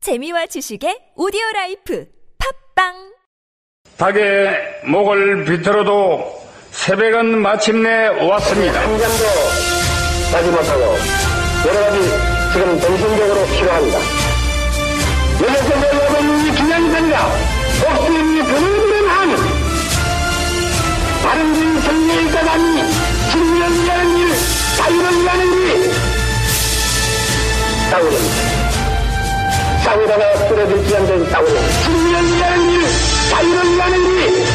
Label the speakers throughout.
Speaker 1: 재미와 지식의 오디오 라이프 팝빵
Speaker 2: 닭의 목을 비틀어도 새벽은 마침내 왔습니다.
Speaker 3: 심장도 가지 못하고 여러 가지 지금 정신적으로 필요합니다. 여기서 여러분 이 기념관과 복수의 변호인들은 한 다른 분 승리에 있다니 진리라는 일, 자유라는 일 싸우는 싸우다가 쓰러질지 않는 싸우는 진리라는 일, 자유라는 일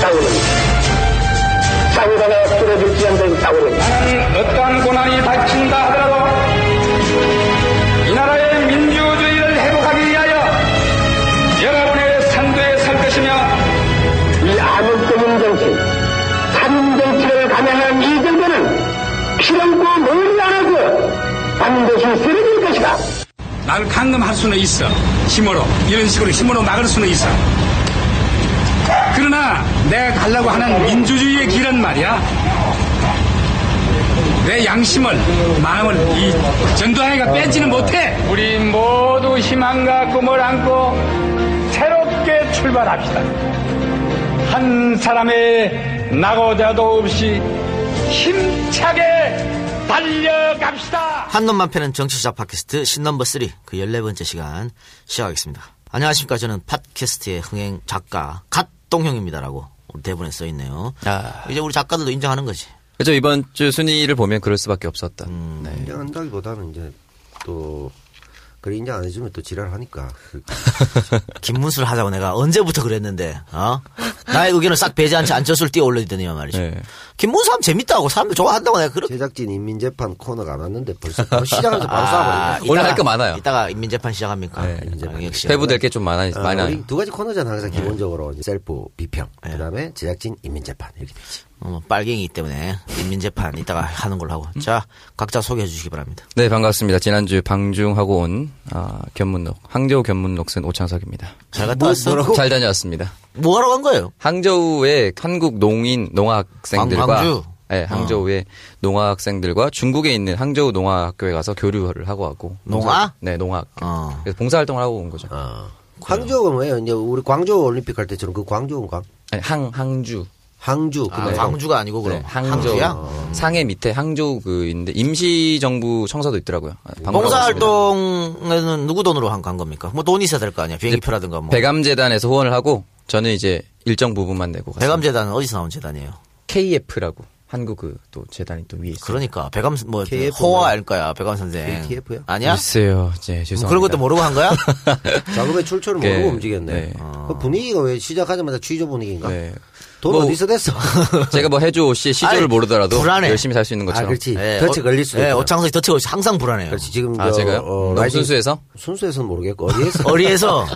Speaker 3: 싸우는 싸우다가 쓰러질지 않는 싸우는
Speaker 2: 나는 어떠한 고난이 닥친다 하더라도 이 나라의 민주주의를 회복하기 위하여 여러분의 선두에 설 것이며
Speaker 3: 이 암흑적인 정치, 살인 정치를 감행한 이 정부는 실험과 논리 안 하고 반드시 쓰러질 것이다.
Speaker 2: 날 강금할 수는 있어. 힘으로. 이런 식으로 힘으로 막을 수는 있어. 그러나 내가 가려고 하는 민주주의의 길은 말이야. 내 양심을, 마음을 이 전두환이가 빼지는 못해. 우리 모두 희망과 꿈을 안고 새롭게 출발합시다. 한 사람의 낙오자도 없이 힘차게 달려갑시다.
Speaker 4: 한 놈만 패는 정치시작 팟캐스트 신넘버 3 그 14번째 시간 시작하겠습니다. 안녕하십니까. 저는 팟캐스트의 흥행 작가 갓동형입니다라고 우리 대본에 써 있네요.
Speaker 5: 아.
Speaker 4: 이제 우리 작가들도 인정하는 거지.
Speaker 5: 그죠 그렇죠. 이번 주 순위를 보면 그럴 수밖에 없었다. 네.
Speaker 6: 인정한다기보다는 이제 또 그래 인정 안 해주면 또 지랄하니까 그-
Speaker 4: 김문수를 하자고 내가 언제부터 그랬는데, 어? 나의 의견을 싹 배제한채 안철수를 뛰어 올려주더니만 말이지.
Speaker 5: 네.
Speaker 4: 김문수 하면 재밌다고, 사람들 좋아한다고 내가 그렇게.
Speaker 6: 제작진 인민재판 코너가 안 왔는데 벌써 바로 뭐 시작하면서 바로
Speaker 4: 아,
Speaker 6: 싸워버리네
Speaker 4: 이따가-
Speaker 5: 오늘 할거 많아요.
Speaker 4: 이따가 인민재판 시작합니까?
Speaker 5: 네,
Speaker 6: 인민재판.
Speaker 4: 아, 역시.
Speaker 5: 회부될 게 좀 많아
Speaker 6: 아,
Speaker 5: 많아
Speaker 6: 우리 두 가지 코너잖아 항상 기본적으로 이제 셀프 비평 그다음에 제작진 인민재판 이렇게 되지
Speaker 4: 어, 빨갱이 때문에 인민재판 이따가 하는 걸로 하고. 자, 각자 소개해 주시기 바랍니다.
Speaker 5: 네 반갑습니다. 지난주 방중하고 온 아, 견문록 항저우 견문록 쓴 오창석입니다.
Speaker 4: 잘 갔다 왔어?
Speaker 5: 잘 다녀왔습니다.
Speaker 4: 뭐하러 간 거예요?
Speaker 5: 항저우의 한국 농인 농학생들과
Speaker 4: 광- 광주?
Speaker 5: 네, 항저우의 농학생들과 중국에 있는 항저우 농학학교에 가서 교류를 하고 하고
Speaker 4: 농학?
Speaker 5: 네 농학
Speaker 4: 어.
Speaker 5: 그래서 봉사활동을 하고 온 거죠.
Speaker 6: 광주가 뭐예요 이제 우리 광주 올림픽 할 때처럼 그 광주는 광
Speaker 5: 아니, 네, 항 항주
Speaker 6: 항주
Speaker 4: 아,
Speaker 6: 그만
Speaker 4: 광주가 아니고 그럼
Speaker 5: 네, 항저우
Speaker 4: 야
Speaker 5: 상해 밑에 항저우 그 있는데 임시정부 청사도 있더라고요. 아, 방문하고 왔습니다.
Speaker 4: 봉사활동에는 누구 돈으로 한, 간 겁니까? 뭐 돈이 있어야 될 거 아니야?
Speaker 6: 네.
Speaker 4: 비행기표라든가 뭐.
Speaker 5: 배감재단에서 후원을 하고 저는 이제 일정 부분만 내고 갔어요.
Speaker 4: 배감재단은 어디서 나온 재단이에요?
Speaker 5: KF라고 한국 그 또 재단이 또 위에 있어요.
Speaker 4: 그러니까 배감 뭐
Speaker 6: KF
Speaker 4: 호화 알 거야 배감 선생.
Speaker 6: KTF 요?
Speaker 4: 아니야?
Speaker 5: 글쎄요, 네, 죄송합니다.
Speaker 4: 음, 그런 것도 뭐- 모르고 한 거야?
Speaker 6: 작업의 출처를
Speaker 5: 네.
Speaker 6: 모르고 움직였네
Speaker 5: 네.
Speaker 6: 그 분위기가 왜 시작하자마자 취조 분위기인가
Speaker 5: 네.
Speaker 6: 돈
Speaker 5: 뭐-
Speaker 6: 어디서 됐어
Speaker 5: 제가 뭐 해주 씨의 시조를
Speaker 4: 아니,
Speaker 5: 모르더라도
Speaker 4: 불안해.
Speaker 5: 열심히 살 수 있는
Speaker 6: 아
Speaker 5: 것처럼.
Speaker 6: 그렇지 덫에
Speaker 4: 어,
Speaker 6: 걸릴 수도
Speaker 4: 예,
Speaker 6: 있다
Speaker 4: 오창석이 덫에 걸려 항상 불안해요.
Speaker 6: 그렇지 지금
Speaker 5: 네, 아
Speaker 6: 저,
Speaker 5: 제가요? 너무
Speaker 6: 어, 라이징-
Speaker 5: 순수해서
Speaker 6: 순수해서는 모르겠고 어디에서
Speaker 4: 어리에서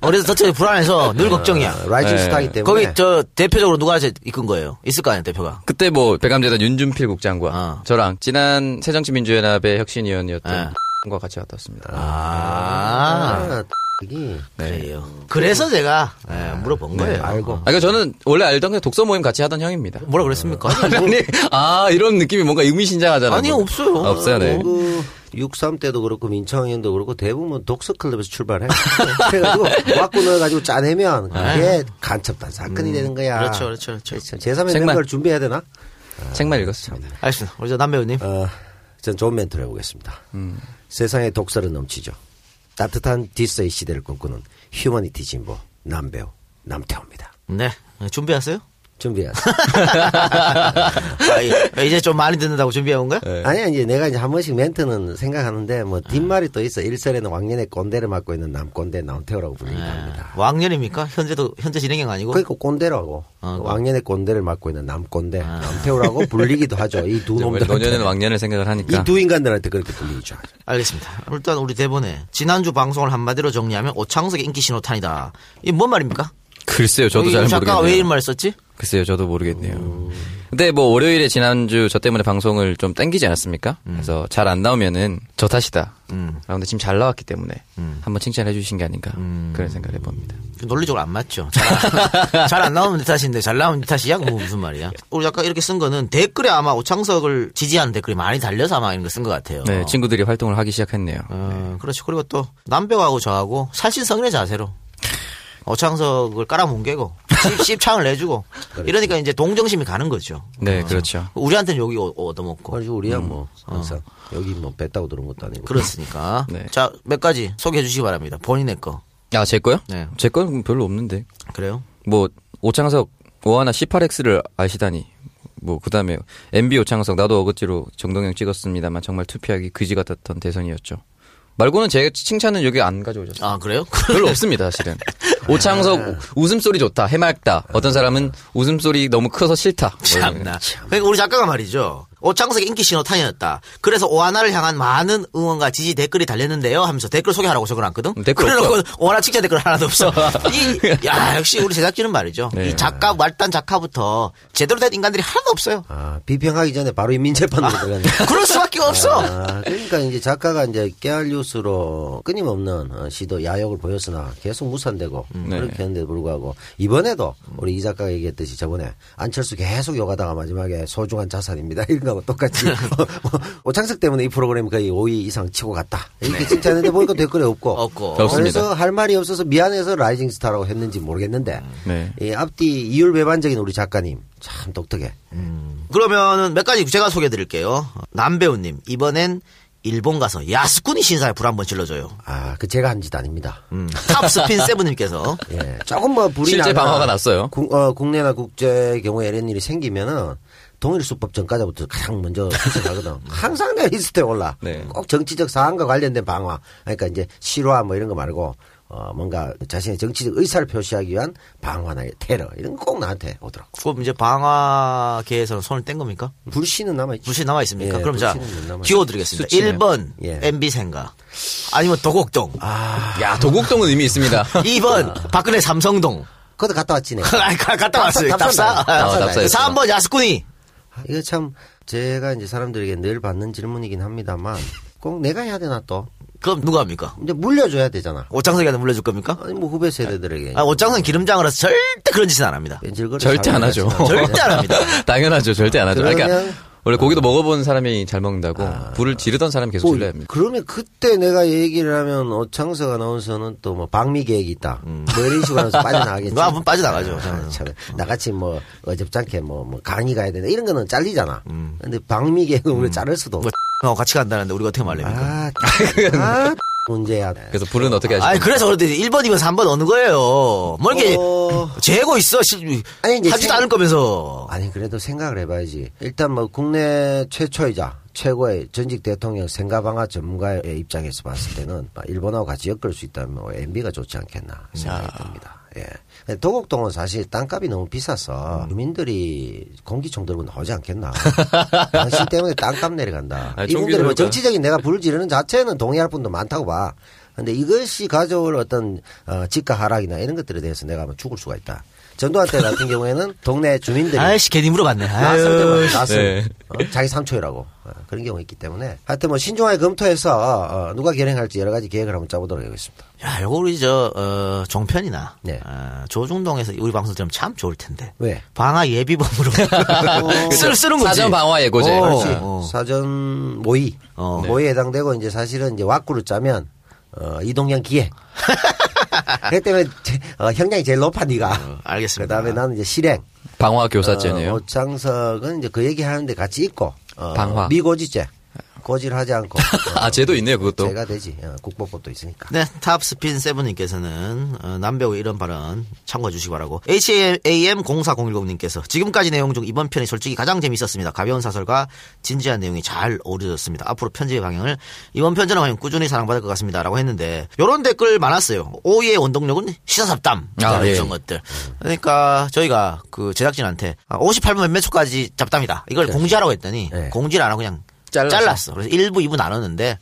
Speaker 4: 어리에서 덫에 불안해서 늘 걱정이야.
Speaker 6: 라이징
Speaker 5: 예.
Speaker 6: 스타이기 어, 때문에
Speaker 4: 거기 저 대표적으로 누가 이제 이끈 거예요? 있을 거 아니야 대표가.
Speaker 5: 그때 뭐 배감재단 윤준필 국장과
Speaker 4: 아.
Speaker 5: 저랑 지난 새정치민주연합의 혁신위원이었던
Speaker 4: 네.
Speaker 5: 과 같이 갔다 왔습니다.
Speaker 4: 아,
Speaker 6: 아,
Speaker 5: 네.
Speaker 6: 여기
Speaker 4: 그래요. 그래서 제가 예, 물어본 거예요.
Speaker 6: 네. 알고
Speaker 5: 아, 그러니까 저는 원래 알던 게 독서 모임 같이 하던 형입니다.
Speaker 4: 뭐라 그랬습니까? 네.
Speaker 5: 아니, 아 이런 느낌이 뭔가 의미심장하잖아요.
Speaker 4: 아니요, 없어요.
Speaker 5: 아, 없어요, 네.
Speaker 6: 그, 63 때도 그렇고, 민청형도 그렇고, 대부분 독서클럽에서 출발해. 그래가지고, 와꾸 넣어가지고 짜내면, 그게 간첩단 사건이 되는 거야.
Speaker 4: 아. 그렇죠, 그렇죠, 그렇죠.
Speaker 6: 제3의
Speaker 5: 책만.
Speaker 6: 멤버를 준비해야 되나?
Speaker 5: 책만 읽었습니다.
Speaker 4: 알겠습니다. 우리 저남 배우님.
Speaker 6: 어, 전 좋은 멘트를 해보겠습니다.
Speaker 4: 음.
Speaker 6: 세상에 독서는 넘치죠. 따뜻한 디스의 시대를 꿈꾸는 휴머니티 진보, 남배우, 남태호입니다.
Speaker 4: 네. 준비하세요?
Speaker 6: 준비해왔어.
Speaker 4: 아, 예. 이제 좀 많이 듣는다고 준비해온 거야?
Speaker 5: 네.
Speaker 6: 아니야, 이제 내가 이제 한 번씩 멘트는 생각하는데, 뭐, 뒷말이 또 있어. 일설에는 왕년의 꼰대를 맡고 있는 남꼰대, 남태호라고
Speaker 4: 아.
Speaker 6: 불리기도 합니다.
Speaker 4: 왕년입니까? 현재도, 현재 진행형 아니고?
Speaker 6: 그러니까 꼰대라고
Speaker 4: 아, 그- 아.
Speaker 6: 왕년의 꼰대를 맡고 있는 남꼰대 남태우라고 불리기도 하죠 이 두
Speaker 4: 뭐
Speaker 5: 원래 노년은
Speaker 6: 놈들한테
Speaker 5: 왕년을 생각을 하니까.
Speaker 6: 이 두 인간들한테 그렇게 불리죠
Speaker 4: 알겠습니다. 일단 우리 대본에 지난주 방송을 한마디로 정리하면 오창석의 인기 신호탄이다. 이게 뭔 말입니까?
Speaker 5: 글쎄요, 저도
Speaker 4: 여기
Speaker 5: 잘 모르겠네요.
Speaker 4: 작가가 왜 이런 말을 썼지?
Speaker 5: 글쎄요, 저도 모르겠네요. 근데 뭐 월요일에 지난주 저 때문에 방송을 좀 땡기지 않았습니까?
Speaker 4: 음.
Speaker 5: 그래서 잘 안 나오면은 저 탓이다. 아, 근데 지금 잘 나왔기 때문에
Speaker 4: 음.
Speaker 5: 한번 칭찬해 주신 게 아닌가 그런 생각을 해봅니다.
Speaker 4: 논리적으로 안 맞죠. 잘 안 나오면 네 탓인데 잘 나오면 네 탓이야? 뭐 무슨 말이야? 우리 아까 이렇게 쓴 거는 댓글에 아마 오창석을 지지하는 댓글이 많이 달려서 아마 이런 거 쓴 것 같아요.
Speaker 5: 네, 친구들이 활동을 하기 시작했네요.
Speaker 4: 어, 그렇죠. 그리고 또 남벽하고 저하고 살신성인의 자세로 오창석을 깔아뭉개고 씹- 씹창을 내주고 이러니까 이제 동정심이 가는 거죠.
Speaker 5: 네, 그렇죠. 아,
Speaker 4: 우리한테는 여기 오- 음. 얻어먹고
Speaker 6: 그래서 우리야 뭐 항상 여기 뭐 뺐다고 들은 것도 아니고
Speaker 4: 그렇으니까
Speaker 5: 네.
Speaker 4: 자 몇 가지 소개해 주시기 바랍니다. 본인의 거
Speaker 5: 아, 제 거요?
Speaker 4: 네.
Speaker 5: 제 거는 별로 없는데.
Speaker 4: 그래요?
Speaker 5: 뭐 오창석 오하나 18X를 아시다니 뭐 그다음에 MB 오창석 나도 어거지로 정동영 찍었습니다만 정말 투표하기 그지 같았던 대선이었죠. 말고는 제 칭찬은 여기 안 가져오셨어요.
Speaker 4: 아 그래요?
Speaker 5: 별로 없습니다 사실은. 오창석 웃음소리 좋다 해맑다. 어떤 사람은 웃음소리 너무 커서 싫다. 뭐
Speaker 4: 참나. 그러니까 우리 작가가 말이죠. 오창석의 인기 신호탄이었다. 그래서 오하나를 향한 많은 응원과 지지 댓글이 달렸는데요 하면서 댓글 소개하라고 적어놨거든.
Speaker 5: 음, 댓글
Speaker 4: 그래놓고 오하나 칭찬 댓글 하나도 없어. 이, 야, 역시 우리 제작진은 말이죠.
Speaker 5: 네.
Speaker 4: 이 작가, 말단 작가부터 제대로 된 인간들이 하나도 없어요.
Speaker 6: 아, 비평하기 전에 바로 이
Speaker 4: 아.
Speaker 6: 민재판으로 들어가네.
Speaker 4: 그럴 수밖에 없어.
Speaker 6: 아, 그러니까 이제 작가가 이제 깨알 뉴스로 끊임없는 어, 시도 야욕을 보였으나 계속 무산되고 그렇게 했는데도 불구하고 이번에도 우리 이 작가가 얘기했듯이 저번에 안철수 계속 욕하다가 마지막에 소중한 자산입니다 이런 거하고 똑같이 어, 오창석 때문에 이 프로그램이 거의 5위 이상 치고 갔다 이렇게 칭찬했는데 보니까 댓글이 없고
Speaker 4: 없고.
Speaker 6: 그래서 할 말이 없어서 미안해서 라이징 스타라고 했는지 모르겠는데
Speaker 5: 네.
Speaker 6: 이 앞뒤 이율배반적인 우리 작가님 참 독특해
Speaker 4: 음. 그러면은 몇 가지 제가 소개해 드릴게요. 남배우님, 이번엔 일본 가서 야스쿠니 신사에 불 한번 질러줘요. 음.
Speaker 6: 아 그 제가 한 짓 아닙니다
Speaker 4: 탑스핀 세븐님께서
Speaker 6: 예. 조금 뭐 불이
Speaker 5: 실제
Speaker 6: 나거나
Speaker 5: 방화가 났어요.
Speaker 6: 국, 어, 국내나 국제 경우에 이런 일이 생기면은 동일수법 전과자부터 가장 먼저 수색하거든.
Speaker 4: 음.
Speaker 6: 항상 내 리스트에 올라.
Speaker 5: 네.
Speaker 6: 꼭 정치적 사안과 관련된 방화. 그러니까 이제 실화 뭐 이런 거 말고 어, 뭔가 자신의 정치적 의사를 표시하기 위한 방화나 테러 이런 거 꼭 나한테 오더라고.
Speaker 4: 그럼 이제 방화계에서는 손을 뗀 겁니까?
Speaker 6: 불씨는 남아있지.
Speaker 4: 음. 불신 남아 있습니까?
Speaker 6: 예,
Speaker 4: 그럼 자
Speaker 6: 불씨는 남아있죠.
Speaker 4: 기워드리겠습니다.
Speaker 5: 수치네요.
Speaker 4: 1번
Speaker 6: 예.
Speaker 4: MB 생각, 아니면 도곡동,
Speaker 5: 야 도곡동은 의미 있습니다.
Speaker 6: 아.
Speaker 4: 2번 박근혜 삼성동.
Speaker 6: 그것도 갔다 왔지 네
Speaker 4: 아니, 가- 갔다 왔어요.
Speaker 6: 답사,
Speaker 4: 답사.
Speaker 6: 답사
Speaker 5: 나와요. 답사였어요.
Speaker 4: 3번 야스쿠니.
Speaker 6: 아, 이거 참 제가 이제 사람들에게 늘 받는 질문이긴 합니다만 꼭 내가 해야 되나 또
Speaker 4: 그럼 누가 합니까?
Speaker 6: 이제 물려줘야 되잖아.
Speaker 4: 오창석이한테 물려줄 겁니까?
Speaker 6: 아니 뭐 후배 세대들에게.
Speaker 4: 아, 오창석은 기름장으로서 절대 그런 짓은 안 합니다.
Speaker 6: 뺀질거리
Speaker 5: 절대 안 하죠.
Speaker 4: 절대 안 합니다.
Speaker 5: 당연하죠. 절대 안 하죠. 그러니까
Speaker 6: 그러면-
Speaker 5: 원래 고기도 먹어본 사람이 잘 먹는다고 불을 지르던 사람이 계속 질러야 합니다.
Speaker 6: 뭐, 그러면 그때 내가 얘기를 하면 오창석 아나운서는 또 뭐 방미 계획이 있다. 뭐 이런 식으로 하면서 빠져나가겠지.
Speaker 4: 아, 한번 빠져나가죠.
Speaker 6: 아, 참. 나같이 뭐 어접잖게 뭐, 뭐 강의 가야 된다. 이런 거는 잘리잖아. 근데 방미 계획은 우리가 자를 수도 없고.
Speaker 4: 어, 같이 간다는데 우리가 어떻게 말립니까?
Speaker 6: 아, 아, 문제야.
Speaker 5: 그래서 불은 어떻게 하시죠?
Speaker 4: 아, 니 그래서 그런데 1번이면 3번 어느 거예요? 뭘 이렇게
Speaker 6: 어.
Speaker 4: 재고 있어? 실-
Speaker 6: 아니, 이제
Speaker 4: 하지도
Speaker 6: 생-
Speaker 4: 않을 거면서.
Speaker 6: 아니 그래도 생각을 해봐야지. 일단 뭐 국내 최초이자 최고의 전직 대통령 생가방아 전문가의 입장에서 봤을 때는 일본하고 같이 엮을 수 있다면 뭐 MB가 좋지 않겠나 생각이 듭니다. 예. 근데 도곡동은 사실 땅값이 너무 비싸서 주민들이 공기총 들고 나오지 않겠나. 당신 때문에 땅값 내려간다.
Speaker 5: 아니, 총기
Speaker 6: 이분들이 뭐
Speaker 5: 들고
Speaker 6: 정치적인 내가 불을 지르는 자체는 동의할 분도 많다고 봐. 근데 이것이 가져올 어떤 어, 집가 하락이나 이런 것들에 대해서 내가 한번 죽을 수가 있다. 전두환 때 같은 경우에는 동네 주민들이
Speaker 4: 아이씨, 괜히 물어봤네. 아유,
Speaker 6: 낯을 낯을
Speaker 5: 네.
Speaker 6: 어? 자기 삼촌이라고 어, 그런 경우 가 있기 때문에 하여튼 뭐 신중하게 검토해서 어, 누가 결행할지 여러 가지 계획을 한번 짜보도록 하겠습니다.
Speaker 4: 야, 요거 우리 저, 어, 종편이나,
Speaker 6: 네.
Speaker 4: 어, 조중동에서 우리 방송 들으면 참 좋을 텐데.
Speaker 6: 왜?
Speaker 4: 방아 예비범으로. 뭐 쓸, 쓰는 거지.
Speaker 5: 어. 사전 방화 예고제.
Speaker 4: 어.
Speaker 5: 그렇지.
Speaker 4: 어.
Speaker 6: 사전 모의
Speaker 4: 어. 네.
Speaker 6: 모의에 해당되고 이제 사실은 이제 왁구를 짜면 어, 이동량 기획. 그렇기 때문에 제- 어, 형량이 제일 높아
Speaker 4: 어,
Speaker 6: 네가.
Speaker 4: 알겠습니다.
Speaker 6: 그다음에 나는 이제 실행.
Speaker 5: 방화 교사죄네요.
Speaker 6: 어, 오창석은 이제 그 얘기 하는데 같이 있고 어,
Speaker 5: 방화.
Speaker 6: 미고지죄 고질하지 않고 어,
Speaker 5: 아, 제도 있네요, 그것도.
Speaker 6: 제가 되지 어, 국법법도 있으니까.
Speaker 4: 네, 탑스핀 세븐님께서는, 어, 남배우 이런 발언 참고해 주시기 바라고. HAM04010님께서 지금까지 내용 중 이번 편이 솔직히 가장 재밌었습니다. 가벼운 사설과 진지한 내용이 잘 어우러졌습니다. 앞으로 편집의 방향을 이번 편전은 과연 꾸준히 사랑받을 것 같습니다. 라고 했는데, 요런 댓글 많았어요. 오이의 원동력은 시사잡담.
Speaker 5: 아,
Speaker 4: 이런
Speaker 5: 예.
Speaker 4: 것들. 그러니까 아, 저희가 그 제작진한테 58분 몇몇 초까지 잡담이다. 이걸 공지하라고 했더니
Speaker 6: 네.
Speaker 4: 공지를 안 하고 그냥
Speaker 5: 잘랐어.
Speaker 4: 잘랐어. 그래서 1부, 2부 나눴는데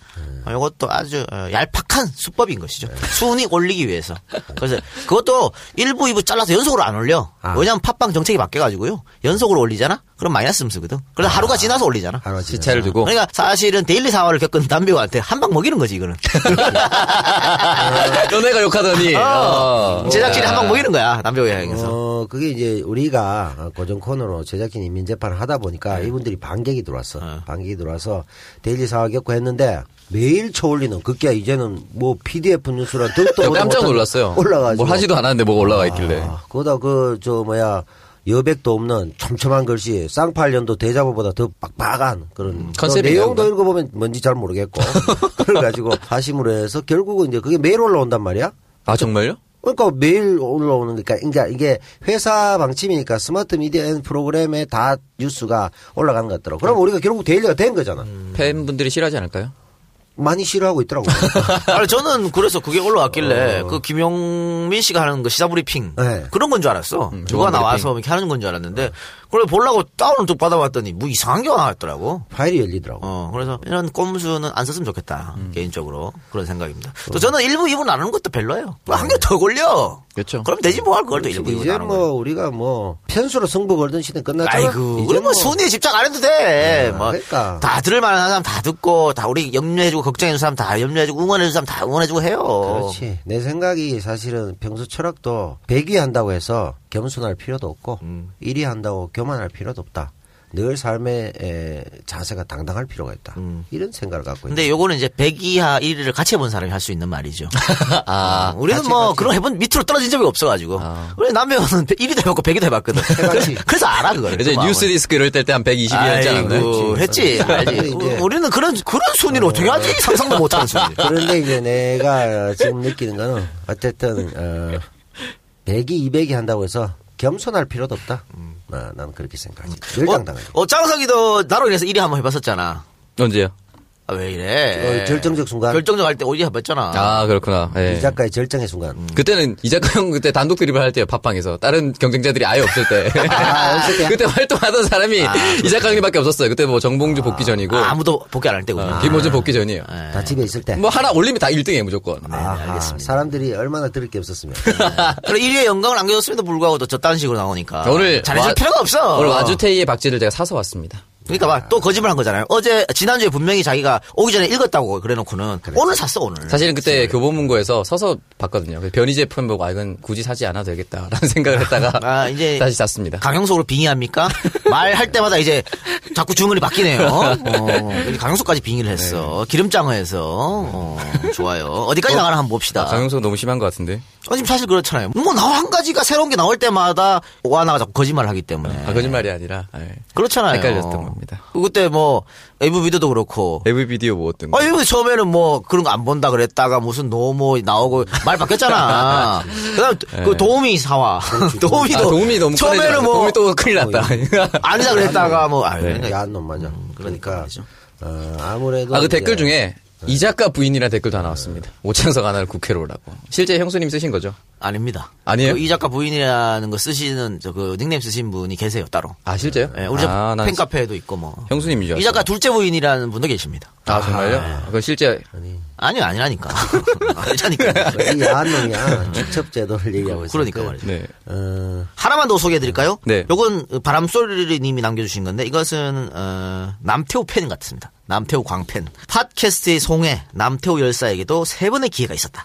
Speaker 4: 어, 이것도 아주 어, 얄팍한 수법인 것이죠. 순익 올리기 위해서. 그래서 그것도 1부, 2부 잘라서 연속으로 안 올려.
Speaker 6: 아.
Speaker 4: 왜냐면 팟빵 정책이 바뀌어가지고요. 연속으로 올리잖아? 그럼 마이너스 음수거든. 그래서 하루가 지나서 올리잖아.
Speaker 6: 하루 지나서.
Speaker 5: 시차를 두고.
Speaker 4: 그러니까 사실은 데일리 사활을 겪은 담배우한테 한 방 먹이는 거지 이거는.
Speaker 5: 연애가 욕하더니. 어.
Speaker 4: 제작진이 한 방 먹이는 거야 남배우 여행에서.
Speaker 6: 어, 그게 이제 우리가 고정 코너로 제작진 인민 재판을 하다 보니까
Speaker 5: 네.
Speaker 6: 이분들이 반객이 들어왔어. 반객이 들어와서 데일리 사와 겪고 했는데 매일 쳐올리는 그게 이제는 뭐 PDF 뉴스라 듣도 보도
Speaker 5: 깜짝
Speaker 6: 못한
Speaker 5: 놀랐어요.
Speaker 6: 올라가지고.
Speaker 5: 뭘 하지도 않았는데 뭐가 올라가 있길래.
Speaker 6: 아, 그거다 그 저 뭐야 여백도 없는 촘촘한 글씨 쌍팔년도 대자보보다 더 빡빡한 그런
Speaker 5: 음, 컨셉이
Speaker 6: 그 내용도
Speaker 5: 그런가?
Speaker 6: 읽어보면 뭔지 잘 모르겠고 그래가지고 하심으로 해서 결국은 이제 그게 매일 올라온단 말이야
Speaker 5: 아, 정말요?
Speaker 6: 그러니까 매일 올라오는 거니까 그러니까 이게 회사 방침이니까 스마트 미디어 앤 프로그램에 다 뉴스가 올라가는 것 같더라고
Speaker 4: 음.
Speaker 6: 그럼 우리가 결국 데일리가 된 거잖아
Speaker 5: 팬분들이 싫어하지 않을까요?
Speaker 6: 많이 싫어하고 있더라고
Speaker 4: 아니 저는 그래서 그게 올라왔길래 그 김용민 씨가 하는 그 시사브리핑
Speaker 6: 네.
Speaker 4: 그런 건 줄 알았어. 누가
Speaker 5: 시사브리핑.
Speaker 4: 나와서 뭐 이렇게 하는 건 줄 알았는데 그걸 보려고 다운을 쭉 받아봤더니 뭐 이상한 게 나왔더라고.
Speaker 6: 파일이 열리더라고
Speaker 4: 어 그래서 이런 꼼수는 안 썼으면 좋겠다 개인적으로 그런 생각입니다. 또 저는 일부 이부 나누는 것도 별로예요. 뭐 한 개 더 걸려.
Speaker 5: 그렇죠.
Speaker 4: 그럼 되지 뭐 할 걸 또 일부 이부
Speaker 6: 이제
Speaker 4: 나누는
Speaker 6: 뭐
Speaker 4: 거.
Speaker 6: 우리가 뭐 편수로 승부 걸던 시대 끝났잖아
Speaker 4: 아이고,
Speaker 6: 이제
Speaker 4: 우리 뭐 순위에 집착 안 해도 돼.
Speaker 6: 아,
Speaker 4: 뭐,
Speaker 6: 그러니까.
Speaker 4: 다 들을 만한 사람 다 듣고, 다 우리 염려해주고, 걱정해주는 사람 다 염려해주고, 응원해주는 사람 다 응원해주고 해요.
Speaker 6: 그렇지. 내 생각이 사실은 평소 철학도 100위 한다고 해서 겸손할 필요도 없고
Speaker 4: 음.
Speaker 6: 1위 한다고 교만할 필요도 없다. 늘 삶의 에, 자세가 당당할 필요가 있다. 이런 생각을 갖고
Speaker 4: 음.
Speaker 6: 있는
Speaker 4: 근데 요거는 이제 100 이하 1위를 같이 해본 사람이 할 수 있는 말이죠.
Speaker 5: 아,
Speaker 4: 어, 우리는
Speaker 6: 같이,
Speaker 4: 뭐
Speaker 6: 같이.
Speaker 4: 그런 해본 밑으로 떨어진 적이 없어가지고. 우리 남배우는 1위도 해봤고 100위도 해봤거든.
Speaker 6: 해봤지.
Speaker 4: 그래서, 그래서 알아, 그걸.
Speaker 5: 이제
Speaker 4: 그
Speaker 5: 뉴스 디스크 이럴 때 한 120이 했지 않았나요?
Speaker 4: 아이고, 했지. 알지.
Speaker 6: 근데 이제-
Speaker 4: 우리는 그런, 그런 순위로 어떻게 하지? 상상도 못하는 순위.
Speaker 6: 그런데 이제 내가 지금 느끼는 거는 어쨌든 어, 100위, 200위 한다고 해서 겸손할 필요도 없다. 아, 나는 그렇게 생각하지. 늘 당당해.
Speaker 4: 어, 장석이도 나로 인해서 1위 한번 해봤었잖아.
Speaker 5: 언제요?
Speaker 4: 아, 왜 이래?
Speaker 6: 어, 결정적 순간.
Speaker 4: 결정적 할 때 오지 해봤잖아.
Speaker 5: 아, 그렇구나. 예.
Speaker 6: 이 작가의 절정의 순간.
Speaker 5: 그때는 이작가 형 그때 단독 드립을 할 때요 팟빵에서 다른 경쟁자들이 아예 없을 때
Speaker 6: 아, 없을 때야?
Speaker 5: 그때 활동하던 사람이 이작가 형님밖에 없었어요 그때 뭐 정봉주 복귀 전이고
Speaker 4: 아, 예. 무도 복귀 안 할 때구나.
Speaker 5: 김호준 복귀 전이에요
Speaker 6: 다 집에 있을 때.
Speaker 5: 뭐 하나 올리면 다 1등이에요 무조건
Speaker 4: 네.
Speaker 6: 아하, 사람들이 얼마나 들을 게 없었으면.
Speaker 4: 그래 1위의 영광을 안겨줬음에도 불구하고 또 저딴 식으로 나오니까.
Speaker 5: 오늘
Speaker 4: 잘해줄
Speaker 5: 와-
Speaker 4: 필요가 없어.
Speaker 5: 오늘 와주테이의 박지를 제가 사서 왔습니다
Speaker 4: 그러니까 막 또 거짓말한 거잖아요. 어제 지난주에 분명히 자기가 오기 전에 읽었다고 그래놓고는 오늘 샀어 오늘.
Speaker 5: 그러니까. 사실은
Speaker 4: 네.
Speaker 5: 그때 교보문고에서 서서 봤거든요 그래서 변희재 편 보고 아 이건 굳이 사지 않아도 되겠다라는 생각을 했다가
Speaker 4: 아, 이제
Speaker 5: 다시 샀습니다
Speaker 4: 강형석으로 빙의합니까? 말할 때마다 이제 자꾸 주문이 바뀌네요. 어, 이제 강형석까지 빙의를 했어.
Speaker 5: 네.
Speaker 4: 기름장어에서 어, 좋아요. 어디까지 나가나 한번 봅시다.
Speaker 5: 아, 강용석 너무 심한 것 같은데
Speaker 4: 아, 지금 사실 그렇잖아요. 뭐, 나 한 가지가 새로운 게 나올 때마다 오하나가 자꾸 거짓말을 하기 때문에.
Speaker 5: 아 거짓말이 아니라
Speaker 4: 네.
Speaker 5: 예.
Speaker 4: 그렇잖아요.
Speaker 5: 헷갈렸던 겁니다.
Speaker 4: 그때 뭐, 에브비드도 그렇고.
Speaker 5: 앱 비디오 뭐 어떤 거
Speaker 4: 아, 이거 처음에는 뭐, 그런 거 안 본다 그랬다가 무슨 노모 나오고 말 바뀌었잖아. 그 다음, 그 도우미 사와. 도우미도.
Speaker 5: 아, 네. 도움이 너무
Speaker 4: 처음에는
Speaker 5: 꺼내지
Speaker 4: 뭐,
Speaker 5: 도움이 또 네. 큰일 났다.
Speaker 4: 아니다 그랬다가 뭐, 아,
Speaker 6: 야한 놈 맞아. 그러니까 어, 아무래도
Speaker 5: 아, 그
Speaker 6: 이제
Speaker 5: 댓글 중에 이 작가 부인이라 댓글도 하나 왔습니다. 오창석 하나를 국회로 오라고. 실제 형수님 쓰신 거죠?
Speaker 4: 아닙니다.
Speaker 5: 아니에요?
Speaker 4: 그이 작가 부인이라는 거 쓰시는, 저 그 닉네임 쓰신 분이 계세요, 따로.
Speaker 5: 아, 실제요?
Speaker 4: 예, 우리 저
Speaker 5: 아, 난
Speaker 4: 팬카페에도 있고 뭐.
Speaker 5: 형수님인 줄
Speaker 4: 이 작가 둘째 부인이라는 분도 계십니다.
Speaker 5: 아, 정말요? 그 실제.
Speaker 4: 예. 아니요, 아니라니까. 아니라니까.
Speaker 6: 이 야한 놈이야. 축첩제도를 얘기하고 있어.
Speaker 4: 그러니까 말이죠.
Speaker 5: 네.
Speaker 6: 어,
Speaker 4: 하나만 더 소개해드릴까요?
Speaker 5: 네.
Speaker 4: 요건 바람소리님이 남겨주신 건데 이것은 어, 남태우 팬 같습니다. 남태우 광팬. 팟캐스트의 송해 남태우 열사에게도 세 번의 기회가 있었다.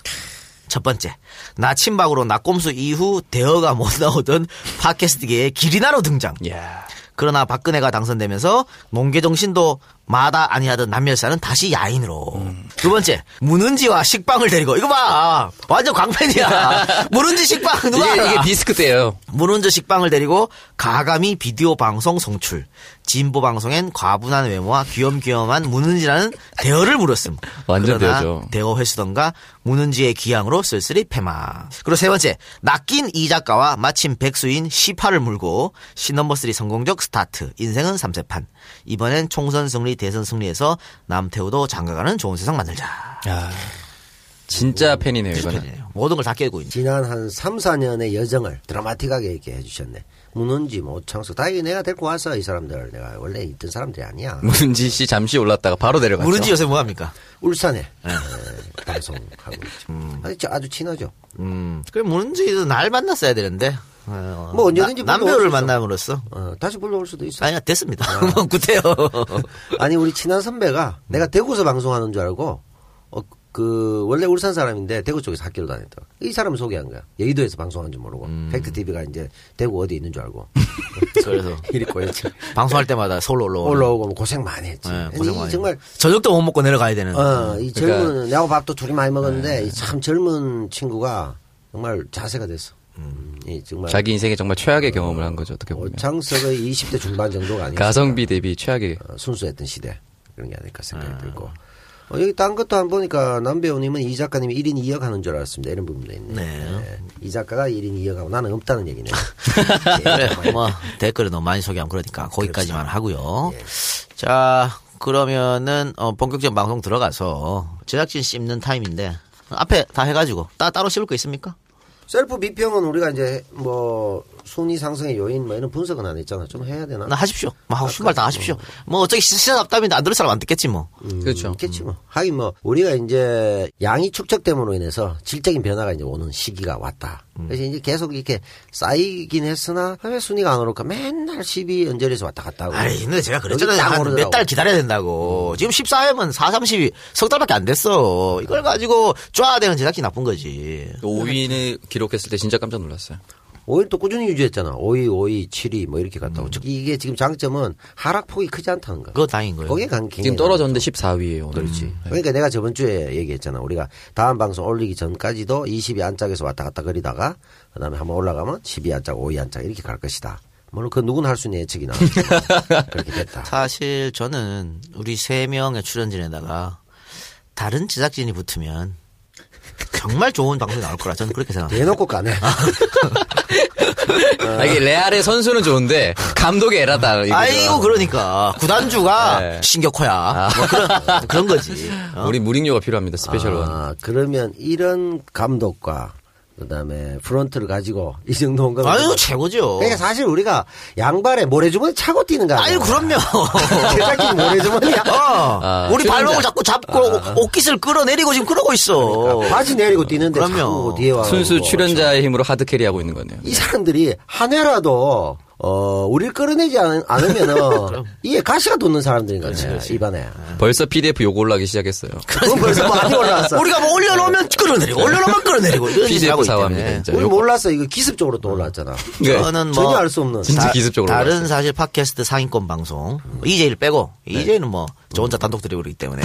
Speaker 4: 첫 번째, 나침박으로 나꼼수 이후 대어가 못 나오던 팟캐스트계의 기리나로 등장.
Speaker 5: 야
Speaker 4: 그러나 박근혜가 당선되면서 농계정신도 마다 아니하던 남열사는 다시 야인으로.
Speaker 5: 음.
Speaker 4: 두 번째, 문은지와 식빵을 데리고, 이거 봐! 완전 광팬이야! 문은지 식빵! 누가
Speaker 5: 예, 이게,
Speaker 4: 알아?
Speaker 5: 이게 디스크 때예요
Speaker 4: 문은지 식빵을 데리고 가감히 비디오 방송 송출. 진보 방송엔 과분한 외모와 귀염귀염한 문은지라는 대어를 물었음.
Speaker 5: 완전
Speaker 4: 그러나
Speaker 5: 대어죠.
Speaker 4: 대어 횟수던가 문은지의 기양으로 쓸쓸히 패마. 그리고 세 번째, 낚인 이 작가와 마침 백수인 시파를 물고 신넘버3 성공적 스타트. 인생은 삼세판 이번엔 총선 승리, 대선 승리에서 남태우도 장가가는 좋은 세상 만들자. 뭐,
Speaker 5: 진짜 팬이네요, 이거는.
Speaker 4: 팬이네요. 모든 걸 다 깨고 있는.
Speaker 6: 지난 한 3, 4년의 여정을 드라마틱하게 이렇게 해주셨네. 문은지, 뭐, 창석. 다행히 내가 데리고 와서 이 사람들. 내가 원래 있던 사람들이 아니야.
Speaker 5: 문은지 씨 잠시 올랐다가 바로 내려갔죠.
Speaker 4: 무른지 요새 뭐 합니까?
Speaker 6: 울산에
Speaker 4: 네.
Speaker 6: 예, 방송하고 있죠. 아주, 저- 아주 친하죠.
Speaker 4: 음. 그래 무른지도 날 만났어야 되는데. 어,
Speaker 6: 뭐 언제든지
Speaker 4: 나-
Speaker 6: 불러올 수
Speaker 4: 남편을
Speaker 6: 있어.
Speaker 4: 만남으로써
Speaker 6: 어, 다시 불러올 수도 있어.
Speaker 4: 아니야 됐습니다. 뭐 구태여.
Speaker 6: 아니 우리 친한 선배가
Speaker 4: 음.
Speaker 6: 내가 대구에서 방송하는 줄 알고 어, 그 원래 울산 사람인데 대구 쪽에서 학교를 다녔다. 이 사람 소개한 거야. 여의도에서 방송하는 줄 모르고
Speaker 4: 음.
Speaker 6: 팩트 TV가 이제 대구 어디 있는 줄 알고
Speaker 4: 그래서
Speaker 6: 이리 꼬였지.
Speaker 4: 방송할 때마다 서울로 올라오고.
Speaker 6: 올라오고 뭐 고생 많이 했지.
Speaker 4: 예,
Speaker 6: 근데
Speaker 4: 고생
Speaker 6: 이
Speaker 4: 많이.
Speaker 6: 정말
Speaker 4: 저녁도 못 먹고 내려가야 되는.
Speaker 6: 어, 이 젊은 내가 밥도 둘이 많이 먹었는데 이참 젊은 친구가 정말 자세가 됐어. 음, 이 정말
Speaker 5: 자기 인생에 정말 최악의 경험을 한 거죠. 어떻게 보면.
Speaker 6: 오창석의 20대 중반 정도가 아니었어.
Speaker 5: 가성비 대비 최악의.
Speaker 6: 어, 순수했던 시대 그런 게 아닐까 생각이 들고 어, 여기 딴 것도 안 보니까 남 배우님은 이 작가님이 1인 2역 하는 줄 알았습니다 이런 부분도 있네요 네. 이 작가가 1인 2역하고 나는 없다는 얘기네요 예,
Speaker 4: 그래, 뭐 댓글을 너무 많이 소개하면 그러니까 거기까지만 하고요.
Speaker 6: 예.
Speaker 4: 자 그러면은 어, 본격적인 방송 들어가서 제작진 씹는 타임인데 앞에 다 해가지고 따, 따로 씹을 거 있습니까?
Speaker 6: 셀프 비평은 우리가 이제 뭐 순위 상승의 요인 뭐 이런 분석은 안 했잖아 좀 해야 되나
Speaker 4: 나 하십시오. 뭐
Speaker 6: 아,
Speaker 4: 하고 싶은 말
Speaker 6: 그렇죠.
Speaker 4: 다 하십시오. 뭐 어차피 시- 시사 답답인데 안 들을 사람 안 듣겠지 뭐.
Speaker 5: 그렇죠.
Speaker 6: 그렇겠지 뭐 하긴 뭐 우리가 이제 양이 축적됨으로 인해서 질적인 변화가 이제 오는 시기가 왔다
Speaker 5: 음.
Speaker 6: 그래서 이제 계속 이렇게 쌓이긴 했으나 왜 순위가 안 오를까 맨날 10위 연절에서 왔다 갔다 하고
Speaker 4: 아이, 근데 제가
Speaker 6: 여기 딱
Speaker 4: 그랬잖아요. 몇
Speaker 6: 오르더라고. 음.
Speaker 4: 달 기다려야 된다고. 지금 14회면 4, 30이 석 달밖에 안 됐어. 이걸 가지고 쪼아대는 제작진 나쁜 거지.
Speaker 5: 5위는 기록했을 때 진짜 깜짝 놀랐어요.
Speaker 6: 5일 또 꾸준히 유지했잖아. 5위, 5위, 7위 뭐 이렇게
Speaker 5: 음.
Speaker 6: 갔다 오고. 즉 이게 지금 장점은 하락폭이 크지 않다는 거야.
Speaker 4: 그거 다행인 거예요.
Speaker 6: 거기에 관
Speaker 5: 지금 떨어졌는데 14위예요. 오늘. 그렇지.
Speaker 4: 음. 네.
Speaker 6: 그러니까 내가 저번 주에 얘기했잖아. 우리가 다음 방송 올리기 전까지도 20위 안짝에서 왔다 갔다 거리다가 그다음에 한번 올라가면 10위 안짝, 5위 안짝 이렇게 갈 것이다. 물론 그 누구나 할 수 있는 예측이 나왔지만 그렇게 됐다.
Speaker 4: 사실 저는 우리 세 명의 출연진에다가 다른 제작진이 붙으면 정말 좋은 방송이 나올 거라 저는 그렇게 생각합니다.
Speaker 6: 대놓고 까네.
Speaker 5: 아, 이게 레알의 선수는 좋은데 감독의 에라다.
Speaker 6: 예,
Speaker 5: 이거죠.
Speaker 4: 아이고 그러니까 구단주가
Speaker 5: 네.
Speaker 4: 신격호야 뭐 그런 그런 거지. 어.
Speaker 5: 우리 무링요가 필요합니다. 스페셜 원.
Speaker 6: 아, 그러면 이런 감독과 그다음에 프론트를 가지고 이 정도 온거
Speaker 4: 아유 최고죠.
Speaker 6: 그러니까 사실 우리가 양발에 모래주머니 차고 뛰는 거 아니야?
Speaker 4: 아유 그럼요.
Speaker 6: 제작진 모래주머니야.
Speaker 4: 어,
Speaker 5: 아,
Speaker 4: 우리
Speaker 5: 출연자.
Speaker 4: 발목을 자꾸 잡고
Speaker 5: 아.
Speaker 4: 옷깃을 끌어내리고 지금 그러고 있어.
Speaker 5: 그러니까
Speaker 6: 바지 내리고 뛰는데
Speaker 4: 아, 그럼요.
Speaker 6: 자꾸 뒤에 와.
Speaker 5: 순수
Speaker 4: 그렇죠.
Speaker 5: 출연자의 힘으로 하드캐리하고 있는 거네요.
Speaker 6: 이 사람들이 한 해라도 어 우리를 끌어내지 않, 않으면은 이에 가시가 돋는 사람들인 거지 입안에.
Speaker 5: 벌써 PDF 요구 올라기 시작했어요.
Speaker 6: 그건 벌써 많이 올라왔어.
Speaker 4: 우리가 뭐 올려놓으면 끌어내리고 올려놓으면 끌어내리고 이런 일을 하고
Speaker 5: PDF 네. 사과합니다.
Speaker 4: 있기
Speaker 5: 진짜.
Speaker 6: 우리
Speaker 5: 요거-
Speaker 6: 몰랐어 이거 기습적으로 또 올라왔잖아.
Speaker 5: 네.
Speaker 4: 저는 뭐
Speaker 6: 전혀 알 수 없는.
Speaker 5: 진짜 기습적으로
Speaker 4: 다른
Speaker 5: 올라왔어요. 네.
Speaker 4: 사실 팟캐스트 상위권 방송 EJ를 빼고 EJ는 뭐 저 혼자 단독 드리블이기 때문에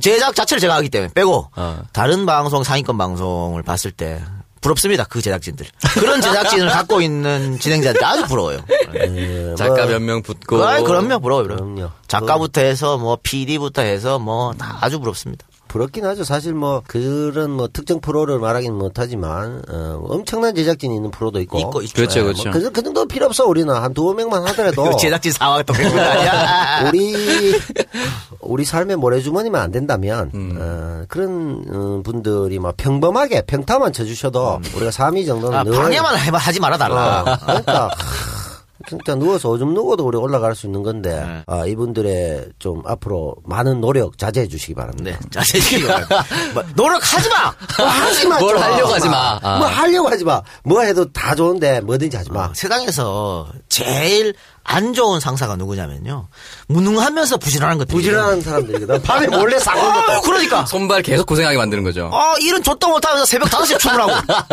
Speaker 4: 제작 자체를 제가 하기 때문에 빼고
Speaker 5: 어.
Speaker 4: 다른 방송 상위권 방송을 봤을 때 부럽습니다 그 제작진들 그런 제작진을 갖고 있는 진행자들 아주 부러워요.
Speaker 5: 작가 몇 명 붙고.
Speaker 4: 아 그럼요 부러워요. 그럼.
Speaker 6: 그럼요.
Speaker 4: 작가부터 해서 뭐 PD부터 해서 뭐 다 아주 부럽습니다.
Speaker 6: 부럽긴 하죠. 사실 뭐 그런 뭐 특정 프로를 말하기는 못하지만 어, 엄청난 제작진이 있는 프로도 있고.
Speaker 4: 있고 있죠.
Speaker 5: 그렇죠,
Speaker 6: 뭐
Speaker 5: 그렇죠.
Speaker 6: 그, 그 정도 필요 없어 우리는 한 두어 명만 하더라도.
Speaker 4: 그 제작진 상황 또 그런 거 아니야.
Speaker 6: 우리 우리 삶의 모래주머니만 안 된다면 어, 그런 음, 분들이 막 평범하게 평타만 쳐주셔도 우리가 3위 정도는
Speaker 4: 아,
Speaker 6: 늘
Speaker 4: 방해만 해봐- 하지 말아달라.
Speaker 6: 어, 그러니까 하, 진짜 누워서 오줌 누고도 우리 올라갈 수 있는 건데 아, 이분들의 좀 앞으로 많은 노력 자제해 주시기 바랍니다.
Speaker 4: 네, 자세히 노력하지 마.
Speaker 6: 뭐 하지 마.
Speaker 5: 뭘
Speaker 6: 좀.
Speaker 5: 하려고 하지 마. 아.
Speaker 6: 뭐 하려고 하지 마. 뭐 해도 다 좋은데 뭐든지 하지
Speaker 4: 아.
Speaker 6: 마.
Speaker 4: 세상에서 제일 안 좋은 상사가 누구냐면요. 무능하면서 부지런한 것들.
Speaker 6: 부지런한 사람들이거든. 밤에 몰래 싸고
Speaker 4: 아,
Speaker 6: 것도.
Speaker 4: 그러니까.
Speaker 5: 손발 계속 고생하게 만드는 거죠.
Speaker 4: 어, 일은 좆도 못하면서 새벽 5시에 출근하고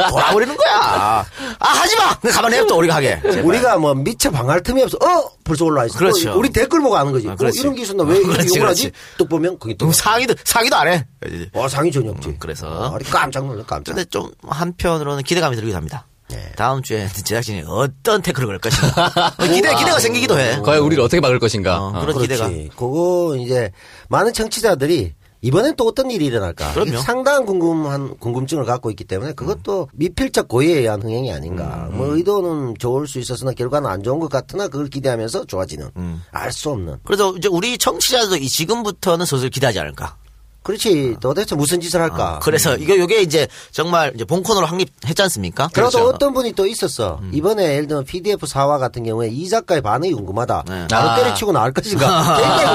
Speaker 4: 돌아버리는 거야. 아, 하지 마! 그냥 가만히 냅둬, 우리가 하게.
Speaker 6: 우리가 뭐 미처 방할 틈이 없어. 어 벌써 올라와 있어.
Speaker 4: 그렇죠.
Speaker 6: 어, 우리 댓글 보고 아는 거지. 어,
Speaker 4: 그렇지.
Speaker 6: 이런 기수나 왜 이렇게
Speaker 4: 그렇지,
Speaker 6: 욕을 하지?
Speaker 4: 그렇지.
Speaker 6: 뚝 보면 그게 또
Speaker 4: 너무 상의도, 상의도 안 해. 그러지.
Speaker 6: 어, 상이 전혀 없지.
Speaker 4: 음, 그래서.
Speaker 6: 아, 우리 깜짝 놀라 깜짝.
Speaker 4: 근데 좀 한편으로는 기대감이 들기도 합니다. 다음 주에 제작진이 어떤 태클을 걸 것인가. 기대, 기대가 생기기도 해.
Speaker 5: 과연 우리를 어떻게 막을 것인가.
Speaker 4: 네. 어,
Speaker 5: 어.
Speaker 4: 그런 기대가.
Speaker 6: 그거 이제 많은 청취자들이 이번엔 또 어떤 일이 일어날까?
Speaker 4: 그럼요.
Speaker 6: 상당한 궁금한 궁금증을 갖고 있기 때문에 그것도 미필적 고의에 의한 흥행이 아닌가.
Speaker 4: 음,
Speaker 6: 뭐 의도는 좋을 수 있었으나 결과는 안 좋은 것 같으나 그걸 기대하면서
Speaker 4: 음.
Speaker 6: 좋아지는 알 수 없는
Speaker 4: 그래서 이제 우리 청취자도 이 지금부터는 슬슬 기대하지 않을까.
Speaker 6: 그렇지. 도대체 무슨 짓을 할까?
Speaker 4: 아. 그래서 이거 요게 이제 정말 이제 본코너로 확립했지 않습니까?
Speaker 6: 그래도
Speaker 4: 그렇죠. 음.
Speaker 6: 어떤 분이 또 있었어. 이번에 예를 들면 PDF 사화 같은 경우에 이 작가의 반응이 궁금하다.
Speaker 4: 네.
Speaker 6: 나로
Speaker 5: 아.
Speaker 6: 때려치고 나올 것인가? 굉장히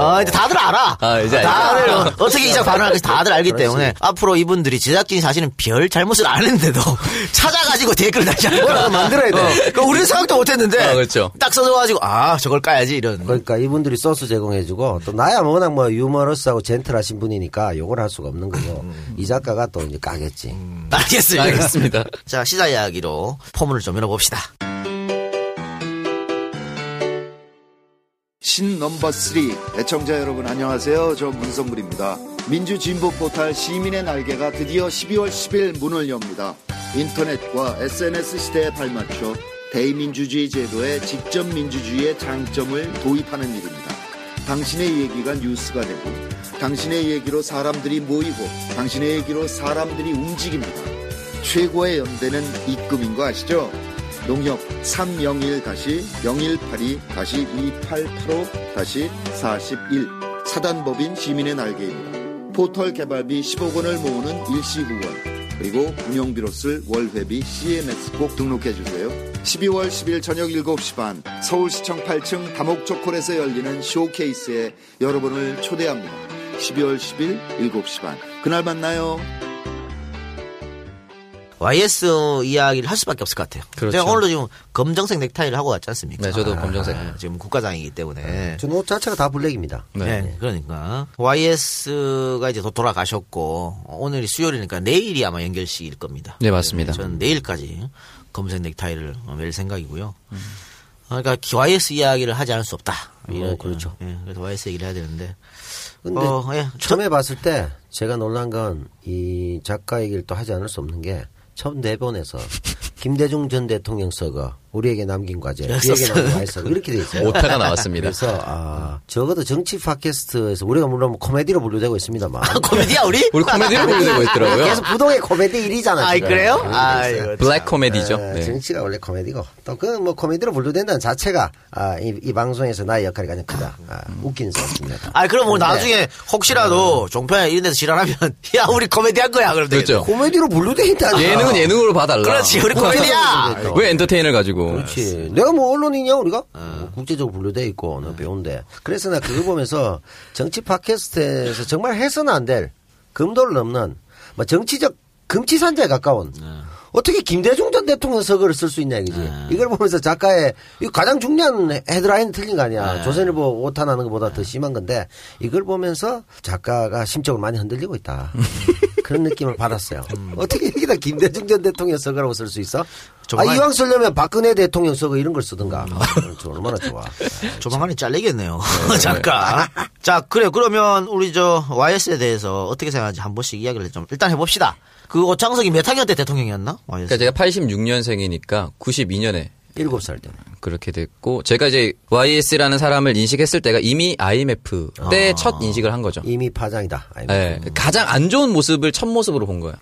Speaker 4: 아, 이제 다들 알아.
Speaker 5: 아, 이제 알죠.
Speaker 4: 다들 어, 어떻게 이작 반응을 할지 다들 알기 때문에 앞으로 이분들이 제작진이 사실은 별 잘못을 아는데도 찾아가지고 댓글을 다시 하는 거라고 만들어야 돼. 그 우리는 생각도 못했는데
Speaker 5: 아, 그렇죠.
Speaker 4: 딱 써줘가지고 아 저걸 까야지 이런.
Speaker 6: 그러니까 이분들이 소스 제공해주고 또 나야 뭐 워낙 뭐 유머러스하고 젠틀하신 분이니까 욕을 할 수가 없는 거고
Speaker 4: 음.
Speaker 6: 이 작가가 또 이제 까겠지.
Speaker 4: 알겠습니다.
Speaker 5: 알겠습니다.
Speaker 4: 자 시사 이야기로 포문을 좀 열어봅시다.
Speaker 7: 신 넘버 3 애청자 여러분 안녕하세요. 저 문성글입니다. 민주진보 포탈 시민의 날개가 드디어 12월 10일 문을 엽니다. 인터넷과 SNS 시대에 발맞춰 대의민주주의 제도의 직접 민주주의의 장점을 도입하는 일입니다. 당신의 얘기가 뉴스가 되고 당신의 얘기로 사람들이 모이고 당신의 얘기로 사람들이 움직입니다. 최고의 연대는 입금인 거 아시죠? 농협 301-0182-2885-41 사단법인 시민의 날개입니다. 포털 개발비 10억 원을 모으는 일시 후원 그리고 운영비로 쓸 월회비 CMS 꼭 등록해주세요. 12월 10일 저녁 7시 반 서울시청 8층 다목초콜에서 열리는 쇼케이스에 여러분을 초대합니다. 12월 10일 7시 반 그날 만나요.
Speaker 4: YS 이야기를 할 수밖에 없을 것 같아요.
Speaker 5: 그렇죠.
Speaker 4: 제가 오늘도 지금 검정색 넥타이를 하고 왔지 않습니까? 아,
Speaker 5: 네, 저도 검정색.
Speaker 4: 지금 국가장이기 때문에.
Speaker 6: 저는 옷 자체가 다 블랙입니다.
Speaker 4: 네.
Speaker 5: 네.
Speaker 4: 그러니까 YS가 이제 도- 돌아가셨고 오늘이 수요일이니까 내일이 아마 연결식일 겁니다.
Speaker 5: 네, 맞습니다.
Speaker 4: 저는 내일까지 검색 넥타이를 맬 생각이고요. 그러니까 YS 이야기를 하지 않을 수 없다.
Speaker 5: 어,
Speaker 4: 이런-
Speaker 6: 그렇죠.
Speaker 4: 예, 그래서 YS 얘기를 해야 되는데.
Speaker 6: 근데
Speaker 4: 어, 예.
Speaker 6: 처음에 봤을 때 제가 놀란 건 이 작가 얘기를 또 하지 않을 수 없는 게 처음 네 번에서 김대중 전 대통령 서거 우리에게 남긴 과제
Speaker 4: 네,
Speaker 6: 우리에게 남긴 과제 이렇게 돼 있어요.
Speaker 5: 오타가 나왔습니다.
Speaker 6: 그래서 아 적어도 정치 팟캐스트에서 우리가 물론 뭐 코미디로 분류되고 있습니다만
Speaker 4: 코미디야 우리?
Speaker 5: 우리 코미디를 보려고 했더라고요.
Speaker 6: 계속 부동의 코미디 1위잖아. 예.
Speaker 4: 아, 그래요? 아, 이거 참.
Speaker 5: 블랙 코미디죠. 네.
Speaker 6: 정치가 원래 코미디고 또 그 뭐 코미디로 분류된다는 자체가 아, 이, 이 방송에서 나의 역할이 가장 크다. 아, 웃기는 사람입니다.
Speaker 4: 아, 그럼 뭐 나중에 혹시라도 종편에 이런 데서 지랄하면 야, 우리 코미디 한 거야. 네. 그러면 되겠다.
Speaker 5: 그렇죠.
Speaker 6: 코미디로 분류된다.
Speaker 5: 예능은 예능으로 봐달라.
Speaker 4: 아, 그렇지, 우리 코미디야!
Speaker 5: 왜 엔터테인을 가지고?
Speaker 6: 그렇지. 내가 뭐 언론이냐 우리가? 뭐 국제적으로 분류돼 있고 너 배운데. 그래서 나 그거 보면서 정치 팟캐스트에서 정말 해서는 안 될 금도를 넘는 뭐 정치적 금치산자에 가까운 어떻게 김대중 전 대통령 서거를 쓸 수 있냐 이거지. 이걸 보면서 작가의 이거 가장 중요한 헤드라인 틀린 거 아니야. 조선일보 오타나는 것보다 더 심한 건데 이걸 보면서 작가가 심적으로 많이 흔들리고 있다. 그런 느낌을 받았어요. 어떻게 여기다 김대중 전 대통령 서거라고 쓸 수 있어?
Speaker 4: 정말-
Speaker 6: 아, 이왕 쓰려면 박근혜 대통령 서거 이런 걸 쓰든가. 아, 저 얼마나 좋아.
Speaker 4: 조만간에 잘리겠네요. 잠깐. 자, 그래요. 그러면 우리 저 YS에 대해서 어떻게 생각하는지 한 번씩 이야기를 좀 일단 해봅시다. 그 오창석이 몇 학년 때 대통령이었나? YS.
Speaker 5: 그러니까 제가 86년생이니까 92년에
Speaker 6: 일곱 살
Speaker 4: 네.
Speaker 6: 때.
Speaker 5: 그렇게 됐고 제가 이제 YS라는 사람을 인식했을 때가 이미 IMF 때 첫 인식을 한 거죠.
Speaker 6: 이미 파장이다. 아이고.
Speaker 4: 네.
Speaker 5: 예, 가장 안 좋은 모습을 첫 모습으로 본 거예요.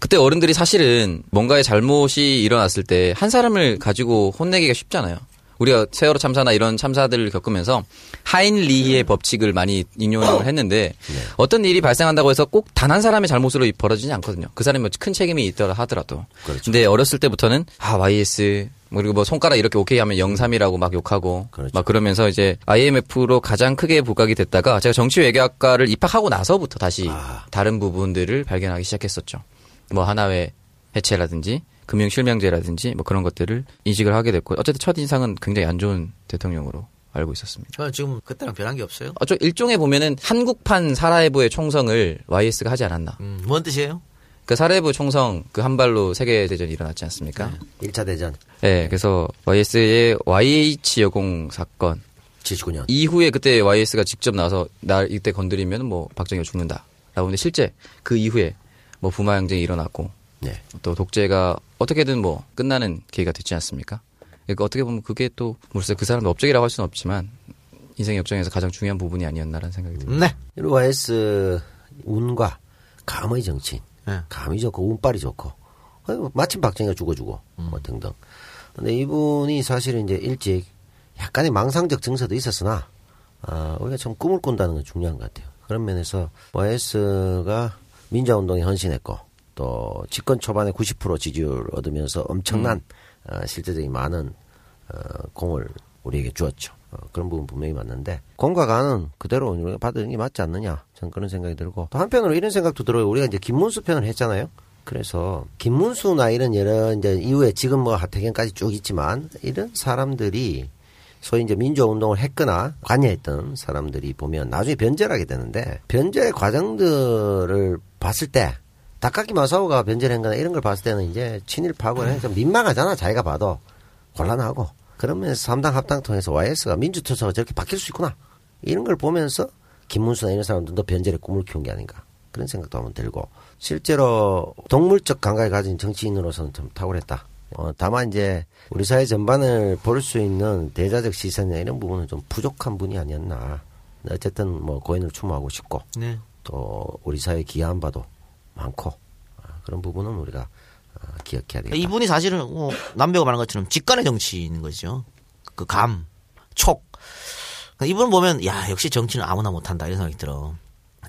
Speaker 5: 그때 어른들이 사실은 뭔가의 잘못이 일어났을 때 한 사람을 가지고 혼내기가 쉽잖아요. 우리가 세월호 참사나 이런 참사들을 겪으면서 하인리히의 법칙을 많이 인용을 했는데
Speaker 6: 네.
Speaker 5: 어떤 일이 발생한다고 해서 꼭 단 한 사람의 잘못으로 벌어지지 않거든요. 그 사람이 뭐큰 책임이 있더라 하더라도.
Speaker 6: 그렇죠.
Speaker 5: 근데 어렸을 때부터는 아 YS 뭐 그리고 뭐 손가락 이렇게 오케이 하면 영삼이라고 막 욕하고
Speaker 6: 그렇죠.
Speaker 5: 막 그러면서 이제 IMF로 가장 크게 부각이 됐다가 제가 정치외교학과를 입학하고 나서부터 다시
Speaker 6: 아,
Speaker 5: 다른 부분들을 발견하기 시작했었죠. 뭐 하나의 해체라든지 금융실명제라든지 뭐 그런 것들을 인식을 하게 됐고 어쨌든 첫 인상은 굉장히 안 좋은 대통령으로 알고 있었습니다.
Speaker 4: 저는 지금 그때랑 변한 게 없어요.
Speaker 5: 어저 일종의 보면은 한국판 사라예브의 총성을 YS가 하지 않았나.
Speaker 4: 음, 뭔 뜻이에요?
Speaker 5: 그 사라예브 총성 그 한 발로 세계 대전이 일어났지 않습니까?
Speaker 6: 일차 대전
Speaker 5: 네, 그래서 YS의 YH 여공 사건
Speaker 6: 79년.
Speaker 5: 이후에 그때 YS가 직접 나서 날 이때 건드리면 뭐 박정희가 죽는다. 라고 했는데 실제 그 이후에 뭐 부마 항쟁이 일어났고
Speaker 6: 네.
Speaker 5: 또 독재가 어떻게든 뭐 끝나는 계기가 됐지 않습니까? 그러니까 어떻게 보면 그게 또 물론 그 사람의 업적이라고 할 수는 없지만 인생 역정에서 가장 중요한 부분이 아니었나라는 생각이 듭니다.
Speaker 4: 네.
Speaker 6: 그리고 YS 운과 감의 정치인.
Speaker 4: 네.
Speaker 6: 감이 좋고 운빨이 좋고. 아이고, 마침 박정희가 죽어주고 뭐 등등. 근데 이분이 사실은 이제 일찍 약간의 망상적 증세도 있었으나 아, 우리가 참 꿈을 꾼다는 건 중요한 것 같아요. 그런 면에서 뭐 S가 민주화운동에 헌신했고 또 집권 초반에 90% 지지율 얻으면서 엄청난 어, 실제적인 많은 어, 공을 우리에게 주었죠. 어, 그런 부분 분명히 맞는데 공과 가는 그대로 우리가 받은 게 맞지 않느냐 저는 그런 생각이 들고 또 한편으로 이런 생각도 들어요. 우리가 이제 김문수 편을 했잖아요. 그래서 김문수나 이런 여러 이제 이후에 지금 뭐 하태경까지 쭉 있지만 이런 사람들이 소위 이제 민주화운동을 했거나 관여했던 사람들이 보면 나중에 변절하게 되는데 변절의 과정들을 봤을 때 닭가기 마사오가 변절한 거나 이런 걸 봤을 때는 이제 친일파고 하니까 민망하잖아 자기가 봐도 곤란하고 그러면서 삼당 합당 통해서 YS가 민주투사가 저렇게 바뀔 수 있구나 이런 걸 보면서 김문수나 이런 사람들도 변절의 꿈을 키운 게 아닌가 그런 생각도 한번 들고 실제로 동물적 감각을 가진 정치인으로서는 좀 탁월했다. 어, 다만 이제 우리 사회 전반을 볼 수 있는 대자적 시선이나 이런 부분은 좀 부족한 분이 아니었나. 어쨌든 뭐 고인을 추모하고 싶고
Speaker 4: 네.
Speaker 6: 또 우리 사회 기여한 바도 많고 아, 그런 부분은 우리가 아, 기억해야 되겠다.
Speaker 4: 이분이 사실은 뭐 남배우가 말한 것처럼 직관의 정치인 거죠. 그 감, 촉. 그러니까 이분 보면 야 역시 정치는 아무나 못한다 이런 생각이 들어.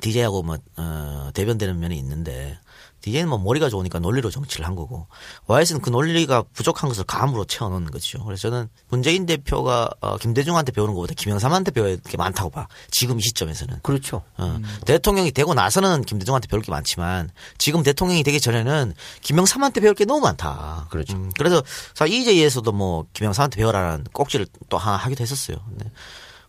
Speaker 4: DJ하고 뭐 어, 대변되는 면이 있는데 DJ는 뭐 머리가 좋으니까 논리로 정치를 한 거고 YS는 그 논리가 부족한 것을 감으로 채워넣는 거죠. 그래서 저는 문재인 대표가 어, 김대중한테 배우는 것보다 김영삼한테 배워야 될 게 많다고 봐. 지금 이 시점에서는.
Speaker 6: 그렇죠.
Speaker 4: 어, 대통령이 되고 나서는 김대중한테 배울 게 많지만 지금 대통령이 되기 전에는 김영삼한테 배울 게 너무 많다.
Speaker 6: 그렇죠.
Speaker 4: 음, 그래서 사 이재희에서도 뭐 김영삼한테 배워라는 꼭지를 또 하나 하기도 했었어요. 근데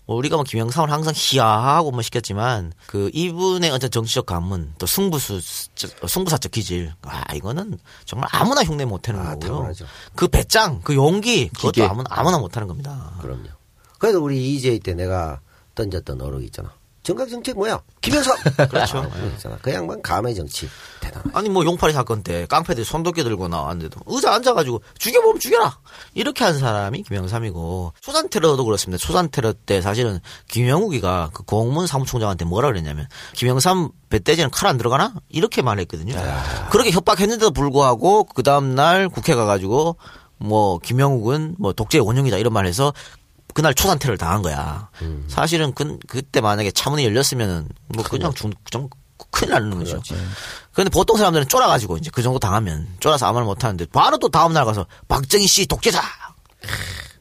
Speaker 4: 뭐 우리가 뭐 김영삼을 항상 희야하고 뭐 시켰지만 그 이분의 어떤 정치적 감문 또 승부수 승부사적 기질 아 이거는 정말 아무나 흉내 못하는
Speaker 6: 아,
Speaker 4: 거고요.
Speaker 6: 당연하죠.
Speaker 4: 그 배짱 그 용기 그것도
Speaker 5: 기계.
Speaker 4: 아무나, 아무나 못하는 겁니다.
Speaker 6: 그럼요. 그래도 우리 이재희 때 내가 던졌던 어록이 있잖아. 정각 정책 뭐야? 김영삼. 그렇죠. 있잖아. 그 양반 감의 정치 대단.
Speaker 4: 아니 뭐 용팔이 사건 때 깡패들이 손도끼 들고 나왔는데도 의자 앉아가지고 죽여보면 죽여라 이렇게 한 사람이 김영삼이고 초산 테러도 그렇습니다 초산 테러 때 사실은 김영욱이가 그 공문 사무총장한테 뭐라 그랬냐면 김영삼 배때지는 칼 안 들어가나 이렇게 말했거든요 그렇게 협박했는데도 불구하고 그 다음날 국회 가가지고 뭐 김영욱은 뭐 독재 의 원흉이다 이런 말 해서 그날 초산 테러를 당한 거야 사실은 그, 그때 만약에 차문이 열렸으면은 뭐 그냥 죽, 좀 큰일 나는 거죠. 그런데 보통 사람들은 쫄아가지고 이제 그 정도 당하면 쫄아서 아무 말 못하는데 바로 또 다음날 가서 박정희 씨 독재자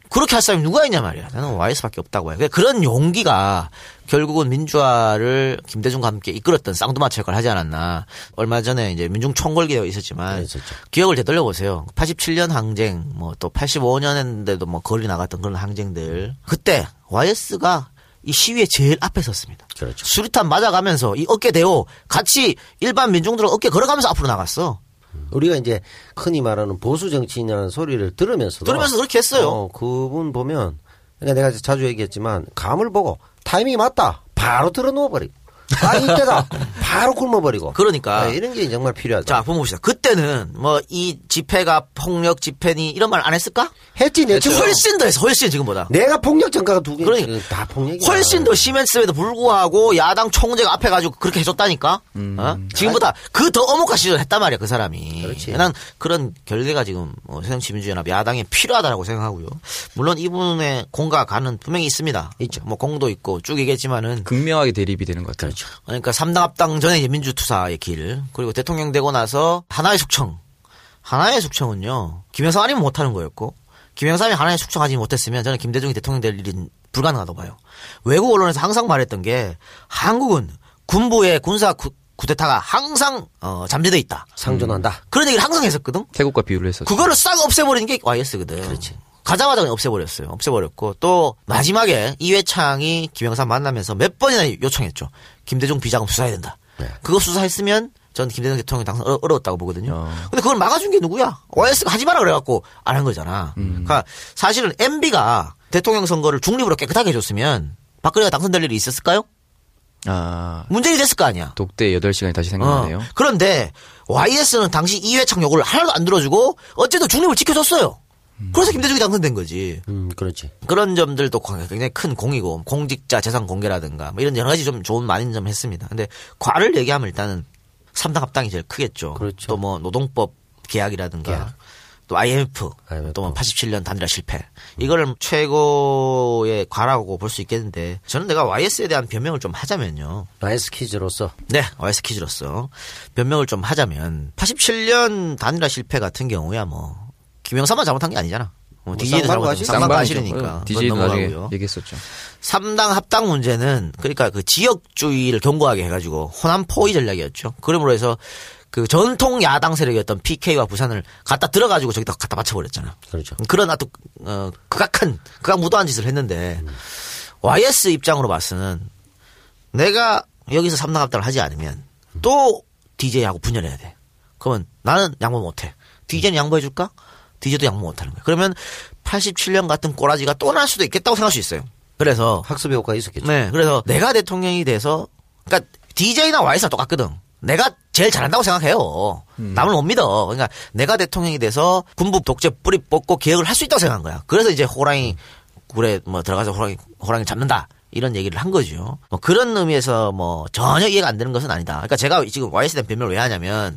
Speaker 4: 그렇게 할 사람이 누가 있냐 말이야. 나는 와이스밖에 없다고 봐요. 그러니까 그런 용기가 결국은 민주화를 김대중과 함께 이끌었던 쌍두마차 역할을 하지 않았나. 얼마 전에 이제 민중 총궐기가 있었지만
Speaker 6: 네, 있었죠.
Speaker 4: 기억을 되돌려 보세요. 87년 항쟁, 뭐 또 85년인데도 뭐 거리 나갔던 그런 항쟁들. 그때 YS가 이 시위에 제일 앞에 섰습니다.
Speaker 6: 그렇죠.
Speaker 4: 수류탄 맞아가면서 이 어깨 대오 같이 일반 민중들은 어깨 걸어가면서 앞으로 나갔어.
Speaker 6: 우리가 이제 흔히 말하는 보수 정치인이라는 소리를 들으면서
Speaker 4: 들으면서 그렇게 했어요.
Speaker 6: 그분 보면 그러니까 내가 자주 얘기했지만 감을 보고 타이밍이 맞다 바로 들어 누워버리고 아 이때다 바로 굶어버리고
Speaker 4: 그러니까.
Speaker 6: 아, 이런 게 정말 필요하다.
Speaker 4: 자, 보면 봅시다. 그때는 뭐 이 집회가 폭력 집회니 이런 말 안 했을까?
Speaker 6: 했지 내 친구.
Speaker 4: 그렇죠. 훨씬 더 했어, 훨씬 지금보다.
Speaker 6: 내가 폭력 전가가 두 개.
Speaker 4: 그러니까.
Speaker 6: 다 폭력이야.
Speaker 4: 훨씬 더 심했음에도 불구하고 야당 총재가 앞에 가지고 그렇게 해줬다니까. 어? 지금보다 그 더 어묵과 시절 했단 말이야 그 사람이.
Speaker 6: 음. 그렇지.
Speaker 4: 난 그런 결례가 지금 어, 새정치민주연합 야당에 필요하다라고 생각하고요. 물론 이분의 공과 간은 분명히 있습니다.
Speaker 6: 있죠. 그렇죠.
Speaker 4: 뭐 공도 있고 쭉 얘기했지만은
Speaker 5: 극명하게 대립이 되는 것 같아요.
Speaker 4: 그러니까 삼당 합당 전에 이제 민주투사의 길 그리고 대통령 되고 나서 하나의 숙청 하나의 숙청은요 김영삼 아니면 못하는 거였고 김영삼이 하나의 숙청하지 못했으면 저는 김대중이 대통령 될 일은 불가능하다고 봐요 외국 언론에서 항상 말했던 게 한국은 군부의 군사 구, 쿠데타가 항상 어, 잠재돼 있다
Speaker 6: 상존한다.
Speaker 4: 그런 얘기를 항상 했었거든
Speaker 5: 태국과 비유를 했었죠.
Speaker 4: 그거를 싹 없애버리는 게 YS거든. 그렇지. 가자마자 그냥 없애버렸어요. 없애버렸고 또 마지막에 이회창이 김영삼 만나면서 몇 번이나 요청했죠. 김대중 비자금 수사해야 된다. 그거 수사했으면 전 김대중 대통령 당선 어려- 어려웠다고 보거든요. 근데 그걸 막아준 게 누구야? YS가 하지 마라 그래갖고 안 한 거잖아. 그러니까 사실은 MB가 대통령 선거를 중립으로 깨끗하게 해줬으면 박근혜가 당선될 일이 있었을까요?
Speaker 5: 아,
Speaker 4: 문제이 됐을 거 아니야.
Speaker 5: 독대 8시간이 다시 생각나네요.
Speaker 4: 어. 그런데 YS는 당시 이회창 요구를 하나도 안 들어주고 어쨌든 중립을 지켜줬어요. 그래서 김대중이 당선된 거지.
Speaker 6: 음, 그렇지.
Speaker 4: 그런 점들도 굉장히 큰 공이고 공직자 재산 공개라든가 뭐 이런 여러 가지 좀 좋은 많은 점 했습니다. 근데 과를 얘기하면 일단은 삼당 합당이 제일 크겠죠.
Speaker 6: 그렇죠.
Speaker 4: 또 뭐 노동법 계약이라든가 또 IMF,
Speaker 6: IMF.
Speaker 4: 또뭐 87년 단일화 실패. 이거를 최고의 과라고 볼 수 있겠는데 저는 내가 YS에 대한 변명을 좀 하자면요.
Speaker 6: 나이스 퀴즈로서
Speaker 4: 네, YS 퀴즈로서 변명을 좀 하자면 87년 단일화 실패 같은 경우야 뭐 김영삼만 잘못한 게 아니잖아. 뭐 DJ도
Speaker 6: 쌍방구
Speaker 4: 잘못한 거
Speaker 6: 하시-
Speaker 4: 쌍방
Speaker 5: 쌍방이죠.
Speaker 4: 사실이니까.
Speaker 5: 응, DJ도 나중에
Speaker 4: 넘어가고요.
Speaker 5: 얘기했었죠.
Speaker 4: 3당 합당 문제는 그러니까 그 지역주의를 경고하게 해가지고 호남 포위 전략이었죠. 그러므로 해서 그 전통 야당 세력이었던 PK와 부산을 갖다 들어가지고 저기다 갖다 맞춰버렸잖아.
Speaker 6: 그렇죠.
Speaker 4: 그러나 또, 어, 극악한, 극악 무도한 짓을 했는데 YS 입장으로 봐서는 내가 여기서 3당 합당을 하지 않으면 또 DJ하고 분열해야 돼. 그러면 나는 양보 못해. DJ는 양보해줄까? DJ도 양보 못하는 거야. 그러면 87년 같은 꼬라지가 또 날 수도 있겠다고 생각할 수 있어요. 그래서
Speaker 6: 학습 효과 있었겠죠.
Speaker 4: 네, 그래서 내가 대통령이 돼서, 그러니까 DJ나 YS가 똑같거든. 내가 제일 잘한다고 생각해요. 남을 못 믿어. 그러니까 내가 대통령이 돼서 군부 독재 뿌리 뽑고 개혁을 할 수 있다고 생각한 거야. 그래서 이제 호랑이 굴에 뭐 들어가서 호랑이 호랑이 잡는다. 이런 얘기를 한 거죠. 뭐 그런 의미에서 뭐 전혀 이해가 안 되는 것은 아니다. 그러니까 제가 지금 YS에 대한 변명을 왜 하냐면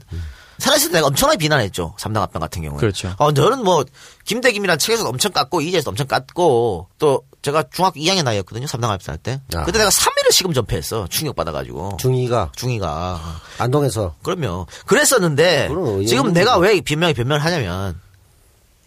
Speaker 4: 살아있을 때 내가 엄청나게 비난했죠. 삼당 합병 같은 경우에.
Speaker 5: 그렇죠.
Speaker 4: 어, 너는 뭐 김대김이랑 책에서도 엄청 깠고 이재에서도 엄청 깠고 또 제가 중학교 2학년 나이였거든요. 삼당 합병할 때.
Speaker 6: 아.
Speaker 4: 그때 내가 3일을 시금 전패했어. 충격받아가지고.
Speaker 6: 중이가
Speaker 4: 중이가.
Speaker 6: 안동에서
Speaker 4: 그럼요. 그랬었는데
Speaker 6: 그럼 의원님. 뭐.
Speaker 4: 지금 내가 왜 변명이 변명을 하냐면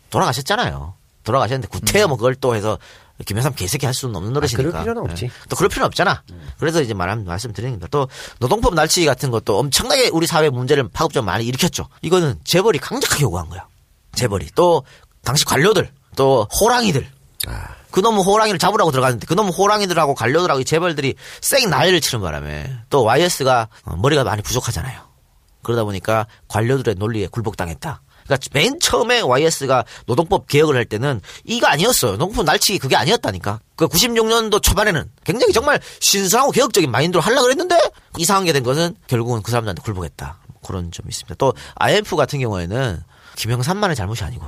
Speaker 4: 돌아가셨잖아요. 돌아가셨는데 구태여 뭐 그걸 또 해서 김영삼 개새끼 할 수는 없는 노릇이니까.
Speaker 6: 음. 아, 그럴 필요는 없지. 음.
Speaker 4: 예. 또 그럴 필요는 없잖아. 그래서 이제 말 말씀드리는 겁니다. 또 노동법 날치기 같은 것도 엄청나게 우리 사회 문제를 파급적 많이 일으켰죠. 이거는 재벌이 강력하게 요구한 거야. 재벌이 또 당시 관료들 또 호랑이들
Speaker 6: 아.
Speaker 4: 그놈의 호랑이를 잡으라고 들어갔는데 그놈의 호랑이들하고 관료들하고 이 재벌들이 쌩 난리를 치는 바람에 또 YS가 머리가 많이 부족하잖아요. 그러다 보니까 관료들의 논리에 굴복당했다. 그러니까 맨 처음에 YS가 노동법 개혁을 할 때는 이거 아니었어요. 노동법 날치기 그게 아니었다니까. 그 96년도 초반에는 굉장히 정말 신선하고 개혁적인 마인드로 하려고 했는데 이상한 게 된 것은 결국은 그 사람들한테 굴복했다. 그런 점이 있습니다. 또 IMF 같은 경우에는 김영삼만의 잘못이 아니고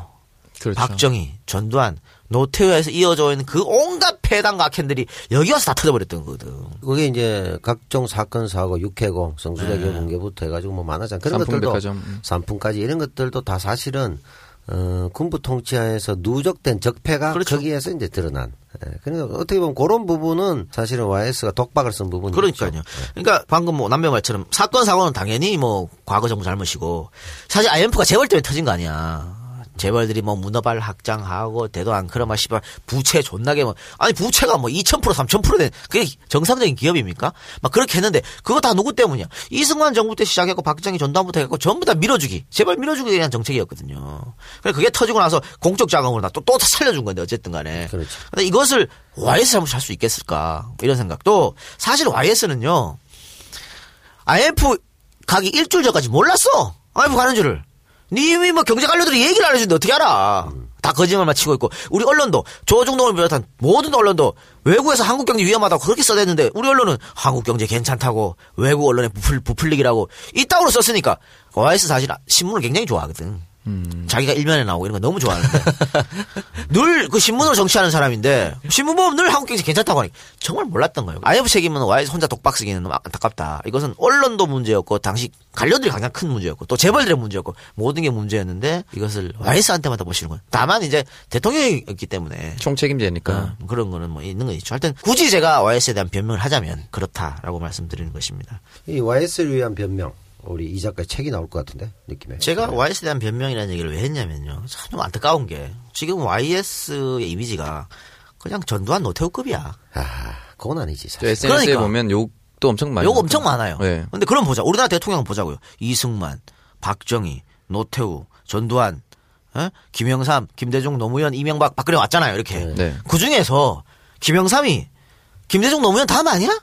Speaker 5: 그렇죠.
Speaker 4: 박정희, 전두환, 노태우에서 이어져 있는 그 온갖 패단과 악행들이 여기 와서 다 터져버렸던 거거든.
Speaker 6: 그게 이제 각종 사건 사고 육해공 성수대교
Speaker 4: 네.
Speaker 6: 붕괴부터 해가지고 뭐 많았잖아 그런
Speaker 5: 삼풍
Speaker 6: 것들도
Speaker 5: 백화점, 음.
Speaker 6: 산풍까지 이런 것들도 다 사실은 어, 군부 통치하에서 누적된 적폐가
Speaker 4: 그렇죠.
Speaker 6: 거기에서 이제 드러난. 예, 그러니까 어떻게 보면 그런 부분은 사실은 YS가 독박을 쓴 부분이
Speaker 4: 그러니까요. 그러니까 방금 뭐 남매 말처럼 사건 사고는 당연히 뭐 과거 정부 잘못이고 사실 IMF가 재벌 때문에 터진 거 아니야. 재벌들이 뭐 문어발 학장하고 대도 안 크러마 씨발 부채 존나게 뭐 아니 부채가 뭐 2000% 3000%된 그게 정상적인 기업입니까? 막 그렇게 했는데 그거 다 누구 때문이야? 이승만 정부 때 시작했고 박정희 전두환부터 했고 전부 다 밀어주기 재벌 밀어주기에 대한 정책이었거든요. 그래 그게 터지고 나서 공적 자금으로 또또 살려준 건데 어쨌든 간에
Speaker 6: 그렇죠.
Speaker 4: 근데 이것을 YS 잘못이 할 수 있겠을까 이런 생각도 사실 YS는요 IMF 가기 일주일 전까지 몰랐어 IMF 가는 줄을 님이 뭐 경제 관료들이 얘기를 안 해주는데 어떻게 알아 다 거짓말만 치고 있고 우리 언론도 조중동을 비롯한 모든 언론도 외국에서 한국 경제 위험하다고 그렇게 써댔는데 우리 언론은 한국 경제 괜찮다고 외국 언론의 부풀, 부풀리기라고 이따구로 썼으니까 YS 사실 신문을 굉장히 좋아하거든
Speaker 5: 음.
Speaker 4: 자기가 일면에 나오고 이런 거 너무 좋아하는데 늘 그 신문으로 정치하는 사람인데 신문 보면 늘 한국 경제 괜찮다고 하니 정말 몰랐던 거예요. IMF 책임은 와이즈 혼자 독박 쓰기는 너무 안타깝다. 이것은 언론도 문제였고 당시 관료들이 가장 큰 문제였고 또 재벌들의 문제였고 모든 게 문제였는데 이것을 와이스한테만 다 보시는 거예요. 다만 이제 대통령이었기 때문에
Speaker 5: 총책임제니까.
Speaker 4: 어, 그런 거는 뭐 있는 거 있죠. 하여튼 굳이 제가 와이스에 대한 변명을 하자면 그렇다라고 말씀드리는 것입니다.
Speaker 6: 이 YS를 위한 변명. 우리 이 작가의 책이 나올 것 같은데 느낌에.
Speaker 4: 제가 YS에 대한 변명이라는 얘기를 왜 했냐면요. 참 좀 안타까운 게 지금 YS의 이미지가 그냥 전두환 노태우급이야.
Speaker 6: 아, 그건 아니지
Speaker 5: 저
Speaker 6: 사실.
Speaker 5: SNS에
Speaker 4: 그러니까.
Speaker 5: 보면 욕도 엄청 많이.
Speaker 4: 요거 엄청 많아요.
Speaker 5: 네.
Speaker 4: 근데 그럼 보자. 우리나라 대통령 보자고요. 이승만, 박정희, 노태우, 전두환, 어? 김영삼, 김대중, 노무현, 이명박, 박근혜 왔잖아요. 이렇게.
Speaker 5: 네.
Speaker 4: 그 중에서 김영삼이 김대중, 노무현 다음 아니야?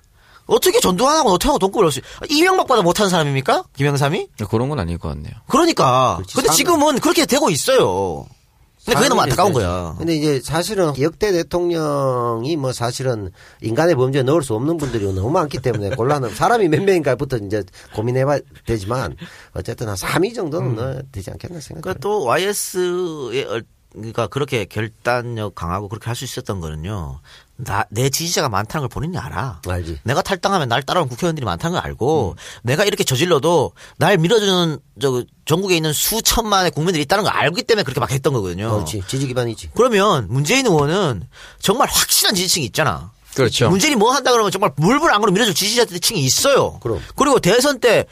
Speaker 4: 어떻게 전두환하고 노태우하고 동급을 할수 이명박보다 못한 사람입니까? 김영삼이?
Speaker 5: 그런 건 아닐 것 같네요.
Speaker 4: 그러니까.
Speaker 6: 그렇지,
Speaker 4: 근데
Speaker 6: 사는-
Speaker 4: 지금은 그렇게 되고 있어요. 근데 그게 너무 안타까운 거야.
Speaker 6: 근데 이제 사실은 역대 대통령이 뭐 사실은 인간의 범죄에 넣을 수 없는 분들이 너무 많기 때문에 곤란한 사람이 몇 명인가부터 이제 고민해봐야
Speaker 4: 음.
Speaker 6: 되지만 어쨌든 한 3위 정도는 넣어야 되지 않겠나 어, 생각해요.
Speaker 4: 그러니까 또 YS의 그러니까 그렇게 결단력 강하고 그렇게 할 수 있었던 거는요. 나, 내 지지자가 많다는 걸 본인이 알아.
Speaker 6: 알지.
Speaker 4: 내가 탈당하면 날 따라오는 국회의원들이 많다는 걸 알고 내가 이렇게 저질러도 날 밀어주는 저 전국에 있는 수천만의 국민들이 있다는 걸 알기 때문에 그렇게 막 했던 거거든요.
Speaker 6: 어, 그렇지. 지지 기반이지.
Speaker 4: 그러면 문재인 의원은 정말 확실한 지지층이 있잖아.
Speaker 5: 그렇죠.
Speaker 4: 문재인이 뭐 한다 그러면 정말 물불 안 그러면 밀어줄 지지자층이 있어요.
Speaker 6: 그럼.
Speaker 4: 리고 대선 때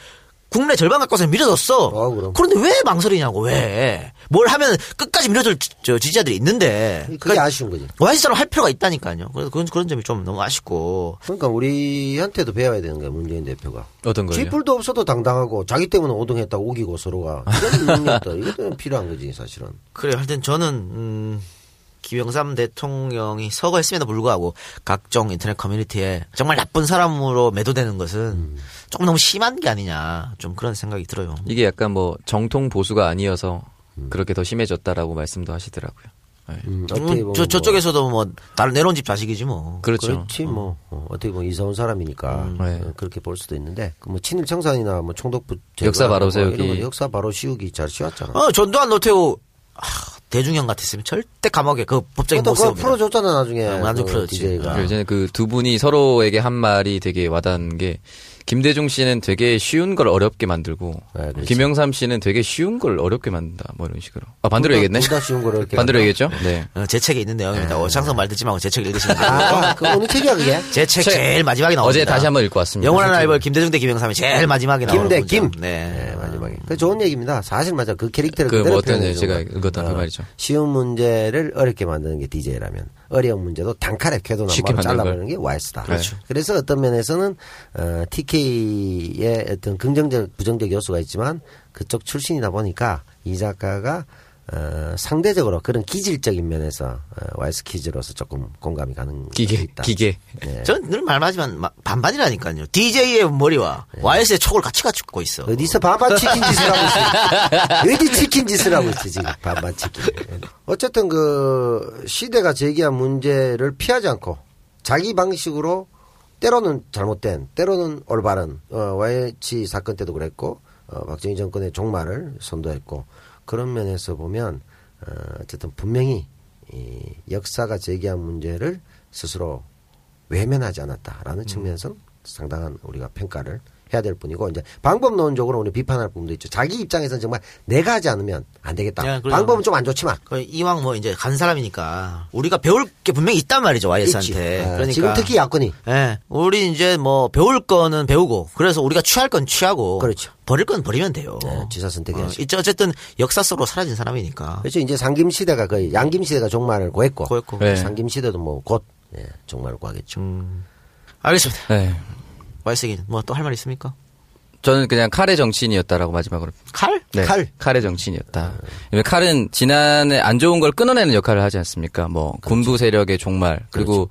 Speaker 4: 국내 절반 가까이서 밀어줬어.
Speaker 6: 아, 그럼.
Speaker 4: 런데왜 망설이냐고 왜? 뭘 하면 끝까지 밀어줄 지- 저 지지자들이 있는데.
Speaker 6: 그게
Speaker 4: 그러니까
Speaker 6: 아쉬운 거지.
Speaker 4: 와이스처럼 할 필요가 있다니까요. 그래서 그런 그런 점이 좀 너무 아쉽고.
Speaker 6: 그러니까 우리한테도 배워야 되는 거야 문재인 대표가.
Speaker 5: 어떤 거예요?
Speaker 6: 쥐뿔도 없어도 당당하고 자기 때문에 오동했다고 우기고 서로가 이런 능력도 이것도 필요한 거지 사실은.
Speaker 4: 그래요. 하여튼 저는 음, 김영삼 대통령이 서거했음에도 불구하고 각종 인터넷 커뮤니티에 정말 나쁜 사람으로 매도되는 것은
Speaker 6: 음.
Speaker 4: 조금 너무 심한 게 아니냐 좀 그런 생각이 들어요.
Speaker 5: 이게 약간 뭐 정통 보수가 아니어서 그렇게 더 심해졌다라고 말씀도 하시더라고요. 네.
Speaker 6: 음, 어떻게
Speaker 4: 음,
Speaker 6: 보면
Speaker 4: 저
Speaker 6: 뭐
Speaker 4: 저쪽에서도 뭐 다른 내려온 집 자식이지 뭐.
Speaker 5: 그렇죠.
Speaker 6: 그렇지 뭐 어, 어떻게 보면 이사 온 사람이니까
Speaker 5: 네.
Speaker 6: 어, 그렇게 볼 수도 있는데 그뭐 친일 청산이나 뭐 총독부 제거
Speaker 5: 역사 바로
Speaker 6: 이런 거
Speaker 5: 세우기.
Speaker 6: 역사 바로 씌우기 잘 씌웠잖아.
Speaker 4: 어 전두환 노태우 아, 대중형 같았으면 절대 감옥에 그 법적인
Speaker 6: 그것도
Speaker 4: 못
Speaker 6: 그거
Speaker 4: 세웁니다.
Speaker 6: 풀어줬잖아 나중에.
Speaker 4: 어, 나중에
Speaker 6: 그
Speaker 4: 풀어줬지.
Speaker 6: DJ가.
Speaker 5: 그 예전에 그 두 분이 서로에게 한 말이 되게 와닿은 게 김대중 씨는 되게 쉬운 걸 어렵게 만들고
Speaker 6: 네, 그렇지.
Speaker 5: 김영삼 씨는 되게 쉬운 걸 어렵게 만든다 뭐 이런 식으로. 아 반대로
Speaker 6: 둘 다-
Speaker 5: 얘기했네.
Speaker 6: 둘다 쉬운 걸 어렵게
Speaker 5: 반대로
Speaker 6: 만든다.
Speaker 5: 얘기했죠. 네.
Speaker 4: 어, 제 책에 있는 내용입니다. 어, 장성 말 듣지 말고 제 책 읽으시면 돼요.
Speaker 6: 아, 그 어느 책이야 그게?
Speaker 4: 제 책
Speaker 5: 책.
Speaker 4: 제일 마지막에 나옵니다.
Speaker 5: 어제 다시 한번 읽고 왔습니다.
Speaker 4: 영원한 라이벌 김대중 대 김영삼이 제일 마지막에 나오는
Speaker 6: 김대
Speaker 4: 문장.
Speaker 6: 김.
Speaker 4: 네.
Speaker 6: 마지막에. 그 좋은 얘기입니다. 사실 맞아. 그 캐릭터를
Speaker 5: 아. 그
Speaker 6: 그대로
Speaker 5: 뭐 어떤
Speaker 6: 표현해
Speaker 5: 제가
Speaker 6: 준 거야.
Speaker 5: 읽었던 그 말이죠.
Speaker 6: 쉬운 문제를 어렵게 만드는 게 DJ라면 어려운 문제도 단칼에 궤도
Speaker 5: 쉽게
Speaker 6: 남바로
Speaker 5: 만드는
Speaker 6: 잘라버리는
Speaker 5: 걸.
Speaker 6: 게 YS다.
Speaker 5: 그렇죠.
Speaker 6: 래서 어떤 면에서는 어, TK의 어떤 긍정적 부정적 요소가 있지만 그쪽 출신이다 보니까 이 작가가 어, 상대적으로 그런 기질적인 면에서 어, YS 퀴즈로서 조금 공감이 가는 게
Speaker 5: 기계
Speaker 6: 있다.
Speaker 5: 기계.
Speaker 4: 네. 전늘 말하지만 마- 반반이라니까요. DJ의 머리와 YS의 촉을 같이 갖고 있어.
Speaker 6: 어디서 반반 치킨 짓을 하고 있어? 어디 치킨 짓을 하고 있어 지금 반반 치킨. 어쨌든 그 시대가 제기한 문제를 피하지 않고 자기 방식으로 때로는 잘못된, 때로는 올바른 어, YH 사건 때도 그랬고 어, 박정희 정권의 종말을 선도했고 그런 면에서 보면 어, 어쨌든 분명히 이 역사가 제기한 문제를 스스로 외면하지 않았다라는
Speaker 4: 음.
Speaker 6: 측면에서 상당한 우리가 평가를 해야 될 뿐이고 이제 방법론적으로 우리 비판할 부분도 있죠. 자기 입장에서는 정말 내가 하지 않으면 안 되겠다.
Speaker 4: 야, 그러죠.
Speaker 6: 방법은 좀 안 좋지만
Speaker 4: 그 이왕 뭐 이제 간 사람이니까 우리가 배울 게 분명히 있단 말이죠
Speaker 6: 있지.
Speaker 4: YS한테.
Speaker 6: 아,
Speaker 4: 그러니까
Speaker 6: 지금 특히 야권이
Speaker 4: 예, 우리 이제 뭐 배울 거는 배우고 그래서 우리가 취할 건 취하고
Speaker 6: 그렇죠.
Speaker 4: 버릴 건 버리면 돼요.
Speaker 6: 네, 지사 선택해야지.
Speaker 4: 어, 이제 어쨌든 역사 속으로 사라진 사람이니까.
Speaker 6: 그렇죠. 이제 상김 시대가 거의 양김 시대가 종말을 고했고,
Speaker 4: 고했고. 음.
Speaker 5: 네.
Speaker 6: 상김 시대도 뭐 곧 종말을 고하겠죠.
Speaker 4: 알겠습니다.
Speaker 5: 네.
Speaker 4: YS에게 뭐 또 할 말 있습니까?
Speaker 5: 저는 그냥 칼의 정치인이었다라고 마지막으로.
Speaker 4: 칼?
Speaker 5: 네.
Speaker 6: 칼.
Speaker 5: 칼의 정치인이었다. 왜냐면 칼은 지난해 안 좋은 걸 끊어내는 역할을 하지 않습니까? 뭐
Speaker 6: 그렇죠.
Speaker 5: 군부 세력의 종말 그리고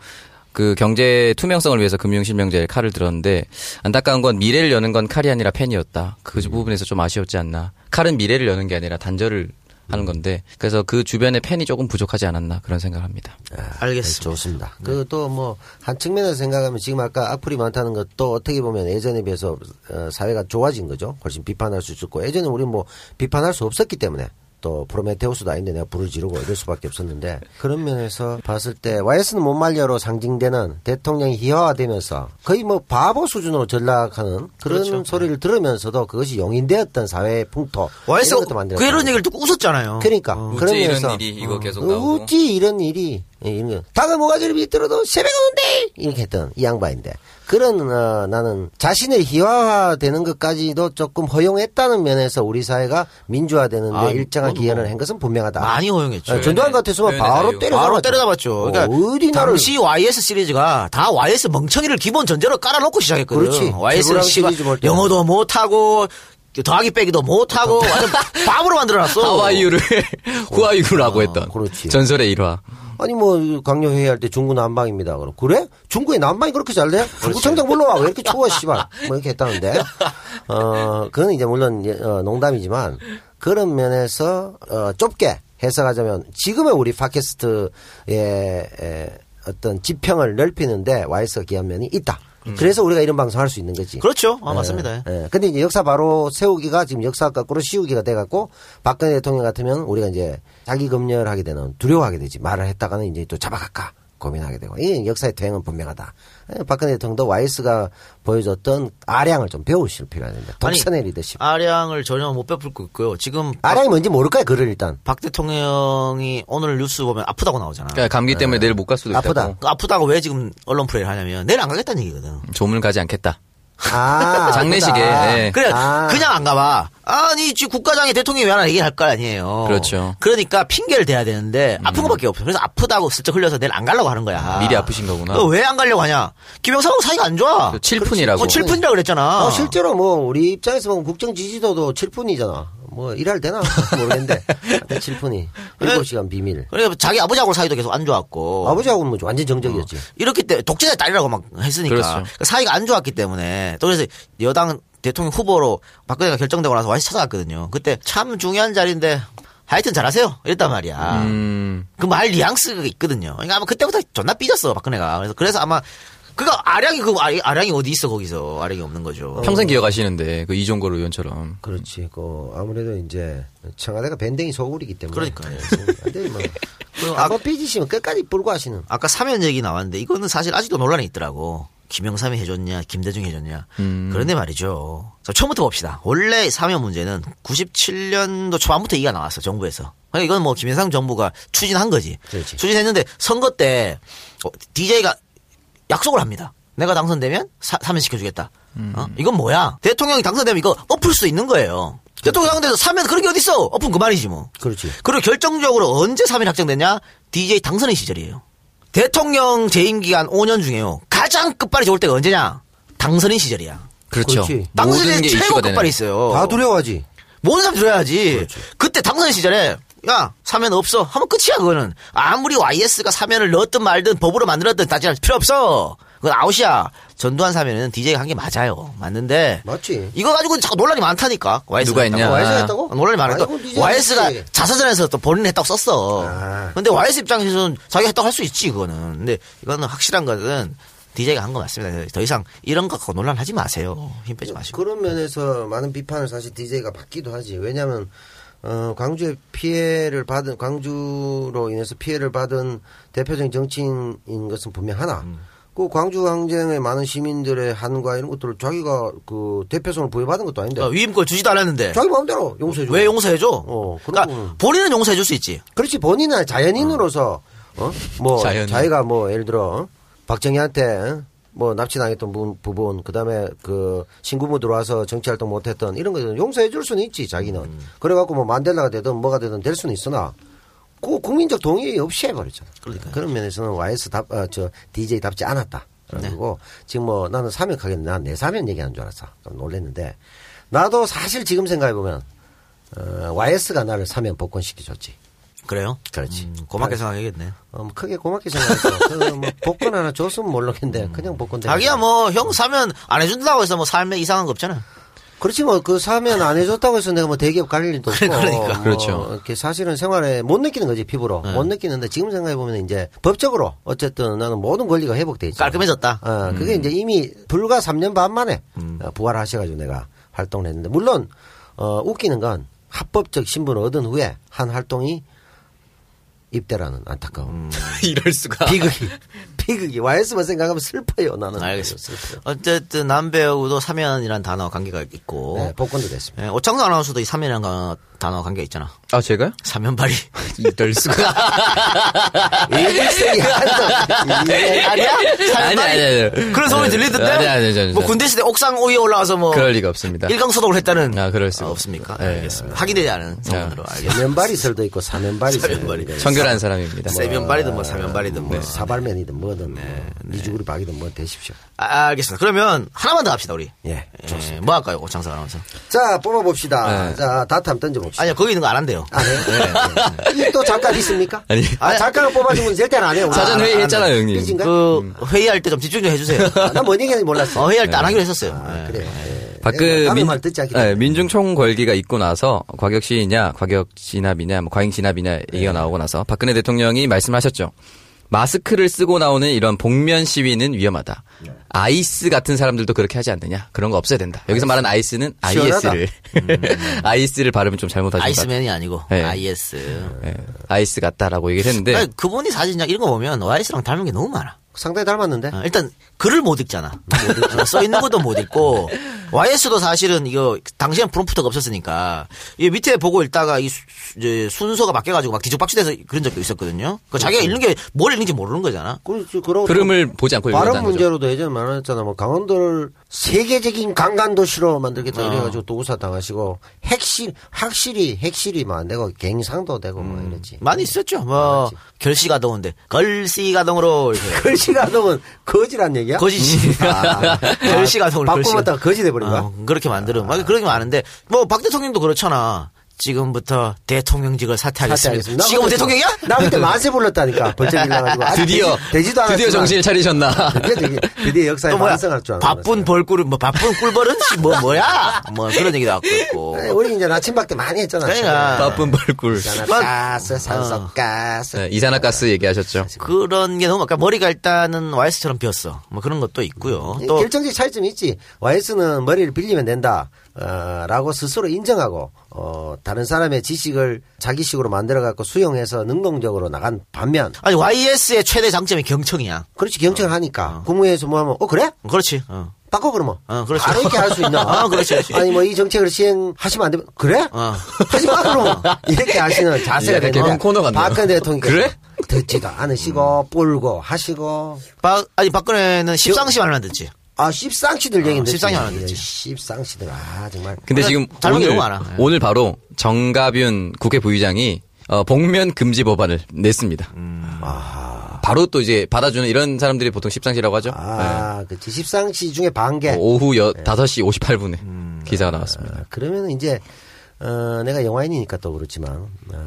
Speaker 5: 그 경제 투명성을 위해서 금융실명제에 칼을 들었는데 안타까운 건 미래를 여는 건 칼이 아니라 펜이었다. 그
Speaker 6: 음.
Speaker 5: 부분에서 좀 아쉬웠지 않나. 칼은 미래를 여는 게 아니라 단절을
Speaker 6: 음.
Speaker 5: 하는 건데 그래서 그 주변에 펜이 조금 부족하지 않았나 그런 생각을 합니다.
Speaker 4: 알겠습니다.
Speaker 6: 네, 좋습니다. 그또 뭐 한 측면에서 생각하면 지금 아까 악플이 많다는 것도 어떻게 보면 예전에 비해서 어, 사회가 좋아진 거죠. 훨씬 비판할 수 있었고 예전에 우리 뭐 비판할 수 없었기 때문에 또 프로메테우스도 아닌데 내가 불을 지르고 이럴 수밖에 없었는데 그런 면에서 봤을 때 YS는 못 말려로 상징되는 대통령이 희화화되면서 거의 뭐 바보 수준으로 전락하는 그런 소리를 들으면서도 그것이 용인되었던 사회의 풍토
Speaker 4: YS가
Speaker 6: 이런 것도 만들었다는
Speaker 4: 그 이런 얘기를 듣고 웃었잖아요.
Speaker 6: 그러니까
Speaker 4: 어.
Speaker 6: 그런
Speaker 5: 어찌 이런
Speaker 6: 면에서
Speaker 5: 일이 이거 계속
Speaker 6: 어,
Speaker 5: 나오고.
Speaker 6: 어찌 이런 일이 예, 이런 거. 닭을 모가지를 비틀어도 새벽은 온대 이렇게 했던 이 양반인데 그런 어, 나는 자신을 희화화되는 것까지도 조금 허용했다는 면에서 우리 사회가 민주화되는데
Speaker 4: 아,
Speaker 6: 일정한
Speaker 4: 그건 뭐
Speaker 6: 기여를 한 것은 분명하다.
Speaker 4: 많이 허용했죠.
Speaker 6: 어, 전두환 같았으면
Speaker 5: 표현의
Speaker 6: 바로
Speaker 5: 자유.
Speaker 6: 때려
Speaker 4: 바로 때려잡았죠. 그러니까
Speaker 6: 어디 나를
Speaker 4: 당시 YS 시리즈가 다 YS 멍청이를 기본 전제로 깔아놓고 시작했거든요.
Speaker 6: 그렇지.
Speaker 4: YS
Speaker 6: 최고랑
Speaker 4: 씨가
Speaker 6: 시리즈 볼 때.
Speaker 4: 영어도 못하고 더하기 빼기도 못하고 완전 밥으로 만들어놨어.
Speaker 5: 하와이유를 후아유라고 했던
Speaker 6: 그렇지.
Speaker 5: 전설의 일화.
Speaker 6: 아니 뭐 강요 회의할 때 중구 남방입니다. 그럼 그래? 중구에 남방이 그렇게 잘돼? 중구 청장 물러와 왜 이렇게 추워 씨발 뭐 이렇게 했다는데 어 그건 이제 물론 예, 어, 농담이지만 그런 면에서 어, 좁게 해석하자면 지금의 우리 팟캐스트의 에, 어떤 지평을 넓히는데 와이스가 기한 면이 있다. 그래서 우리가 이런 방송 할 수 있는 거지.
Speaker 4: 음. 그렇죠. 아, 맞습니다.
Speaker 6: 예, 예. 근데 이제 역사 바로 세우기가 지금 역사 거꾸로 씌우기가 돼갖고 박근혜 대통령 같으면 우리가 이제 자기 검열하게 되는 두려워하게 되지 말을 했다가는 이제 또 잡아갈까 고민하게 되고 이 역사의 퇴행은 분명하다. 예, 박근혜 대통령도 와이스가 보여줬던 아량을 좀 배우실 필요가 있는데 독선의 리더십.
Speaker 4: 아량을 전혀 못 베풀 거 있고요. 지금
Speaker 6: 아량이 뭔지 모를까요? 그를 일단
Speaker 4: 박 대통령이 오늘 뉴스 보면 아프다고 나오잖아.
Speaker 5: 그러니까 감기 때문에 내일 못 갈 수도 있다고.
Speaker 6: 네. 아프다.
Speaker 4: 그 아프다고 왜 지금 언론 플레이를 하냐면 내일 안 가겠다는 얘기거든.
Speaker 5: 조문 가지 않겠다.
Speaker 6: 아,
Speaker 5: 장례식에,
Speaker 6: 아프다.
Speaker 5: 예.
Speaker 4: 그래
Speaker 6: 아.
Speaker 4: 그냥 안 가봐. 아니 지금 국가장이 대통령이 왜안 얘기를 할 거 아니에요.
Speaker 5: 그렇죠. 음.
Speaker 4: 그러니까 핑계를 대야 되는데 아픈 것밖에 없어. 그래서 아프다고 슬쩍 흘려서 내일 안 가려고 하는 거야.
Speaker 5: 미리 아프신 거구나.
Speaker 4: 왜 안 가려고 하냐? 김영삼하고 사이가 안 좋아.
Speaker 5: 그 칠푼이라고.
Speaker 4: 어, 칠푼이라고 그랬잖아.
Speaker 6: 어, 실제로 뭐 우리 입장에서 보면 국정 지지도도 7분이잖아. 뭐 일할 때나 모르겠는데 7분이 7시간 비밀.
Speaker 4: 그래 자기 아버지하고 사이도 계속 안 좋았고.
Speaker 6: 아버지하고는 뭐 완전 정적이었지.
Speaker 4: 이렇기 때문에 독재자의 딸이라고 막 했으니까
Speaker 5: 그렇죠.
Speaker 4: 그러니까 사이가 안 좋았기 때문에 또 그래서 여당 대통령 후보로 박근혜가 결정되고 나서 와이스 찾아갔거든요. 그때 참 중요한 자리인데 하여튼 잘하세요. 이랬단 말이야.
Speaker 5: 음,
Speaker 4: 그 말 뉘앙스가 있거든요. 그러니까 아마 그때부터 존나 삐졌어 박근혜가. 그래서 그래서 아마 그거 아량이 그 아량- 아량이 어디 있어 거기서 아량이 없는 거죠.
Speaker 5: 평생 기억하시는데 그 이종걸 의원처럼.
Speaker 6: 그렇지. 그 아무래도 이제 청와대가 밴댕이 소굴이기 때문에.
Speaker 4: 그러니까, 예.
Speaker 6: 근데 뭐
Speaker 4: 아,
Speaker 6: 한번 삐지시면 끝까지 불고 하시는.
Speaker 4: 아까 사면 얘기 나왔는데 이거는 사실 아직도 논란이 있더라고. 김영삼이 해줬냐, 김대중이 해줬냐.
Speaker 6: 음.
Speaker 4: 그런데 말이죠. 자, 처음부터 봅시다. 원래 사면 문제는 97년도 초반부터 이가 나왔어, 정부에서. 그러니까 이건 뭐 김영삼 정부가 추진한 거지.
Speaker 6: 그렇지.
Speaker 4: 추진했는데 선거 때 어, DJ가 약속을 합니다. 내가 당선되면 사, 면시켜주겠다
Speaker 5: 음.
Speaker 4: 어? 이건 뭐야? 대통령이 당선되면 이거 엎을 수도 있는 거예요. 대통령 당선돼서 사면 그런 게 어딨어? 엎은 그 말이지 뭐.
Speaker 6: 그렇지.
Speaker 4: 그리고 결정적으로 언제 3일 확정됐냐? DJ 당선의 시절이에요. 대통령 재임 기간 5년 중에요. 가장 끝발이 좋을 때가 언제냐? 당선인 시절이야.
Speaker 5: 그렇죠.
Speaker 6: 그렇지.
Speaker 5: 모든
Speaker 4: 당선인
Speaker 5: 게
Speaker 4: 최고
Speaker 5: 이슈가 되는.
Speaker 4: 끝발이 있어요.
Speaker 6: 다 두려워하지.
Speaker 4: 모든 사람 들어야지.
Speaker 5: 그렇죠.
Speaker 4: 그때 당선 시절에 야 사면 없어 하면 끝이야 그거는 아무리 YS가 사면을 넣었든 말든 법으로 만들었든 따질 필요 없어. 그건 아웃이야. 전두환 사면은 DJ가 한 게 맞아요. 맞는데
Speaker 6: 맞지.
Speaker 4: 이거 가지고 자꾸 논란이 많다니까. YS
Speaker 5: 누가 했냐?
Speaker 6: 와이스
Speaker 5: 아,
Speaker 6: 했다고?
Speaker 4: 아, 논란이 많았다.
Speaker 6: 아이고, 니가
Speaker 4: YS가
Speaker 6: 했지.
Speaker 4: 자서전에서 또 본인 했다고 썼어.
Speaker 6: 아.
Speaker 4: 근데 YS 입장에서는 자기가 했다고 할 수 있지, 그거는. 근데 이거는 확실한 거는 DJ가 한 거 맞습니다. 더 이상 이런 거 갖고 논란하지 마세요. 힘 빼지 마시고.
Speaker 6: 그런 면에서 많은 비판을 사실 DJ가 받기도 하지. 왜냐하면 어, 광주의 피해를 받은 광주로 인해서 피해를 받은 대표적인 정치인인 것은 분명 하나.
Speaker 4: 음.
Speaker 6: 그 광주 항쟁의 많은 시민들의 한과 이런 것들을 자기가 그 대표성을 부여받은 것도 아닌데.
Speaker 4: 그러니까 위임권 주지도 않았는데.
Speaker 6: 자기 마음대로 용서해줘.
Speaker 4: 왜 용서해줘?
Speaker 6: 어,
Speaker 4: 그러니까
Speaker 6: 그런 거는.
Speaker 4: 본인은 용서해줄 수 있지.
Speaker 6: 그렇지 본인은 자연인으로서 어? 뭐
Speaker 5: 자연인.
Speaker 6: 자기가 뭐 예를 들어 어? 박정희한테 어? 뭐 납치당했던 부- 부분 그다음에 그 신고모 들어와서 정치활동 못했던 이런 거는 용서해 줄 수는 있지 자기는
Speaker 4: 음.
Speaker 6: 그래갖고 뭐 만델라가 되든 뭐가 되든 될 수는 있으나 그 국민적 동의 없이 해버렸잖아
Speaker 4: 그러니까요.
Speaker 6: 그런 면에서는 YS 답저 DJ 답지 않았다
Speaker 4: 네.
Speaker 6: 그리고 지금 뭐 나는 사면 가겠네 난 내 사면 얘기하는 줄 알았어 좀 놀랬는데 나도 사실 지금 생각해 보면 어, YS가 나를 사면 복권시켜줬지
Speaker 4: 그래요?
Speaker 6: 그렇지.
Speaker 4: 음,
Speaker 5: 아,
Speaker 4: 고맙게 생각하겠네.
Speaker 6: 어, 뭐 크게 고맙게 생각했어. 뭐 복권 하나 줬으면 모르겠는데 그냥 복권 때문에.
Speaker 5: 네.
Speaker 4: 자기야 뭐 형 사면 안 해준다고 해서 뭐 삶에 이상한 거 없잖아.
Speaker 5: 그렇죠.
Speaker 6: 그렇지 뭐 그 사면 안 해줬다고 해서 내가 뭐 대기업 갈 일도 없고
Speaker 4: 그러니까.
Speaker 6: 뭐
Speaker 5: 그렇죠.
Speaker 6: 이렇게 사실은 생활에 못 느끼는 거지 피부로
Speaker 4: 네.
Speaker 6: 못 느끼는데 지금 생각해 보면 이제 법적으로 어쨌든 나는 모든 권리가 회복돼 있어
Speaker 4: 깔끔해졌다. 음.
Speaker 6: 어, 그게 이제 이미 불과 3년 반 만에 어, 부활하셔가지고 내가 활동을 했는데 물론 어, 웃기는 건 합법적 신분을 얻은 후에 한 활동이 입대라는 안타까움.
Speaker 4: 음.
Speaker 5: 이럴 수가.
Speaker 6: 비극이 비극이 YS만 생각하면 슬퍼요 나는
Speaker 4: 알겠습니다.
Speaker 6: 슬퍼요.
Speaker 4: 어쨌든 남배우도 사면이란 단어 관계가 있고.
Speaker 6: 네, 복권도 됐습니다
Speaker 4: 예, 오창수 아나운서도 이 사면이라는 거- 단어 관계 있잖아.
Speaker 5: 아, 제가요?
Speaker 4: 사면발이.
Speaker 5: 이럴 수가.
Speaker 6: 일생이 한도
Speaker 4: 아니야?
Speaker 5: 아니, 아니, 아니.
Speaker 4: 그런 소문이
Speaker 5: 아니,
Speaker 4: 들리던데?
Speaker 5: 아니, 아니, 아니, 아니.
Speaker 4: 뭐 군대 있을 때 옥상 위에 올라가서 뭐.
Speaker 5: 그럴 리가 없습니다.
Speaker 4: 일강소독을 했다는.
Speaker 5: 아, 그럴 수가
Speaker 4: 없습니까?
Speaker 5: 예.
Speaker 4: 알겠습니다. 확인되지 않은 소문으로 알겠습니다.
Speaker 6: 면발이설도 있고 사면발이설
Speaker 4: 사면발이.
Speaker 5: 청결한 사람입니다. 네.
Speaker 4: 세면발이든 뭐 사면발이든 뭐.
Speaker 6: 사발면이든 뭐든 뭐 미주구리 박이든 뭐 되십시오
Speaker 4: 아, 알겠습니다. 그러면 하나만 더 합시다, 우리.
Speaker 6: 예
Speaker 4: 예, 뭐 할까요, 오창수 아나운서?
Speaker 6: 자 뽑아봅시다
Speaker 5: 네.
Speaker 6: 자 다트 한번 던져봅시다
Speaker 4: 아니요, 거기 있는 거 안 한대요.
Speaker 6: 아, 네. 네. 이또 작가 있습니까?
Speaker 5: 아니.
Speaker 6: 아, 작가가 뽑아준 건 절대 안 해요.
Speaker 5: 사전
Speaker 6: 아,
Speaker 5: 회의했잖아요, 형님.
Speaker 6: 삐진가?
Speaker 4: 그, 회의할 때 좀 집중 좀 해주세요.
Speaker 6: 음. 아, 난뭔 얘기하는지 몰랐어. 네.
Speaker 4: 어, 회의할 때 안 하기로 했었어요. 예.
Speaker 6: 아, 그래요.
Speaker 5: 박근
Speaker 6: 남의 예, 말 듣지 않기 때문에.
Speaker 5: 예, 민중 총궐기가 있고 나서 과격 시위냐, 과격 진압이냐, 뭐 과잉 진압이냐
Speaker 6: 예.
Speaker 5: 얘기가 나오고 나서 박근혜 대통령이 말씀하셨죠. 마스크를 쓰고 나오는 이런 복면 시위는 위험하다.
Speaker 6: 네.
Speaker 5: 아이스 같은 사람들도 그렇게 하지 않느냐 그런 거 없어야 된다. 여기서 말하는 아이스는
Speaker 6: 시원하다. 음.
Speaker 5: IS를 아이스를 발음을 좀 잘못하신 것 같아요.
Speaker 4: 아이스맨이 아니고
Speaker 5: 네.
Speaker 4: 아이에스.
Speaker 5: 예, 아이스 같다라고 얘기를
Speaker 6: 네.
Speaker 5: 했는데
Speaker 4: 아니, 그분이 사진이나 이런 거 보면 와이스랑 닮은 게 너무 많아.
Speaker 6: 상당히 닮았는데.
Speaker 4: 어, 일단 글을 못 읽잖아. 어, 써 있는 것도 못 읽고 YS도 사실은 이거 당시엔 프롬프터가 없었으니까 이 밑에 보고 읽다가 이 수- 이제 순서가 바뀌어가지고 막 뒤죽박죽돼서 그런 적도 있었거든요. 그 자기가
Speaker 6: 그렇죠.
Speaker 4: 읽는 게 뭘 읽는지 모르는 거잖아.
Speaker 6: 그, 그, 그러고
Speaker 5: 흐름을 보지 않고
Speaker 6: 발음
Speaker 5: 읽는다는 거죠.
Speaker 6: 문제로도 예전에 말했잖아. 뭐 강원도를 세계적인 관광 도시로 만들겠다
Speaker 4: 아.
Speaker 6: 이래가지고 또 우사 당하시고 핵실 확실히 핵실이 뭐 안 되고 갱상도 되고 뭐
Speaker 4: 음.
Speaker 6: 이랬지.
Speaker 4: 많이 있었죠. 뭐 결시가동인데 걸시가동으로 이렇게
Speaker 6: 글씨가동은 거지란 얘기야?
Speaker 4: 거짓이 아, 결시가동으로 어,
Speaker 6: 바꾸면 다 거지 돼버린
Speaker 4: 아,
Speaker 6: 거야?
Speaker 4: 그렇게 만드는 막 그런 게 많은데 뭐 박 대통령도 그렇잖아. 지금부터 대통령직을 사퇴하겠습니다. 뭐 그렇죠.
Speaker 6: 사퇴하겠습니다.
Speaker 4: 지금
Speaker 6: 나 그때-
Speaker 4: 대통령이야?
Speaker 6: 나 그때 만세 불렀다니까 벌쩍 일어나가지고 아직
Speaker 5: 드디어
Speaker 6: 되지- 되지도 않았
Speaker 5: 드디어 정신을 차리셨나?
Speaker 6: 드디어, 되게- 드디어
Speaker 4: 또
Speaker 6: 역사에
Speaker 4: 뭐야?
Speaker 6: 반성할 줄 알았어.
Speaker 4: 바쁜 벌꿀은 뭐 바쁜 꿀벌은 씨, 뭐 뭐야? 뭐 그런 얘기도 하고 있고.
Speaker 6: 아니, 우리 이제 나침박 때 많이 했잖아.
Speaker 4: 그러니까. 아. 어.
Speaker 5: 바쁜 벌꿀.
Speaker 6: 가스 산소가스
Speaker 5: 네, 이산화가스 얘기하셨죠.
Speaker 4: 그런 게 너무 아까 머리가 일단은 와이스처럼 비었어. 뭐 그런 것도 있고요. 또
Speaker 6: 예, 결정적 차이점이 있지. YS는 머리를 빌리면 된다. 어, 라고 스스로 인정하고 어, 다른 사람의 지식을 자기식으로 만들어 갖고 수용해서 능동적으로 나간 반면
Speaker 4: 아니 YS의 최대 장점이 경청이야.
Speaker 6: 그렇지 경청을 하니까 국무회의에서 뭐 하면 어 그래?
Speaker 4: 그렇지. 어.
Speaker 6: 바꿔 그러면
Speaker 4: 어, 그렇지.
Speaker 6: 바로 이렇게 할 수 있나?
Speaker 4: 어, 그렇지, 그렇지.
Speaker 6: 아니 뭐 이 정책을 시행하시면 안 되면 그래?
Speaker 4: 어.
Speaker 6: 하지 마 그러면 이렇게 하시는 자세가
Speaker 5: 이게
Speaker 6: 되는
Speaker 5: 개콘 코너 같네요.
Speaker 6: 박근혜 대통령
Speaker 5: 그래?
Speaker 6: 듣지도 않으시고 뿔고 하시고
Speaker 4: 박 아니 박근혜는 십상시 말만 듣지.
Speaker 6: 아 십상시들 얘기인데
Speaker 4: 십상이 하나 됐지.
Speaker 6: 십상시들 아 정말
Speaker 5: 근데
Speaker 4: 그러니까
Speaker 5: 지금
Speaker 4: 닮은 게
Speaker 5: 오늘
Speaker 4: 너무 많아. 예.
Speaker 5: 오늘 바로 정가윤 국회 부의장이 어, 복면 금지 법안을 냈습니다.
Speaker 4: 음.
Speaker 5: 아. 바로 또 이제 받아주는 이런 사람들이 보통 십상시라고 하죠.
Speaker 6: 아,
Speaker 4: 네.
Speaker 6: 그치. 십상시 중에 반개.
Speaker 4: 뭐,
Speaker 6: 아,
Speaker 5: 예. 오후 여, 5시 58분에
Speaker 4: 음.
Speaker 5: 기사가
Speaker 4: 네.
Speaker 5: 나왔습니다.
Speaker 6: 그러면 이제, 어, 내가 영화인이니까 또 그렇지만, 어,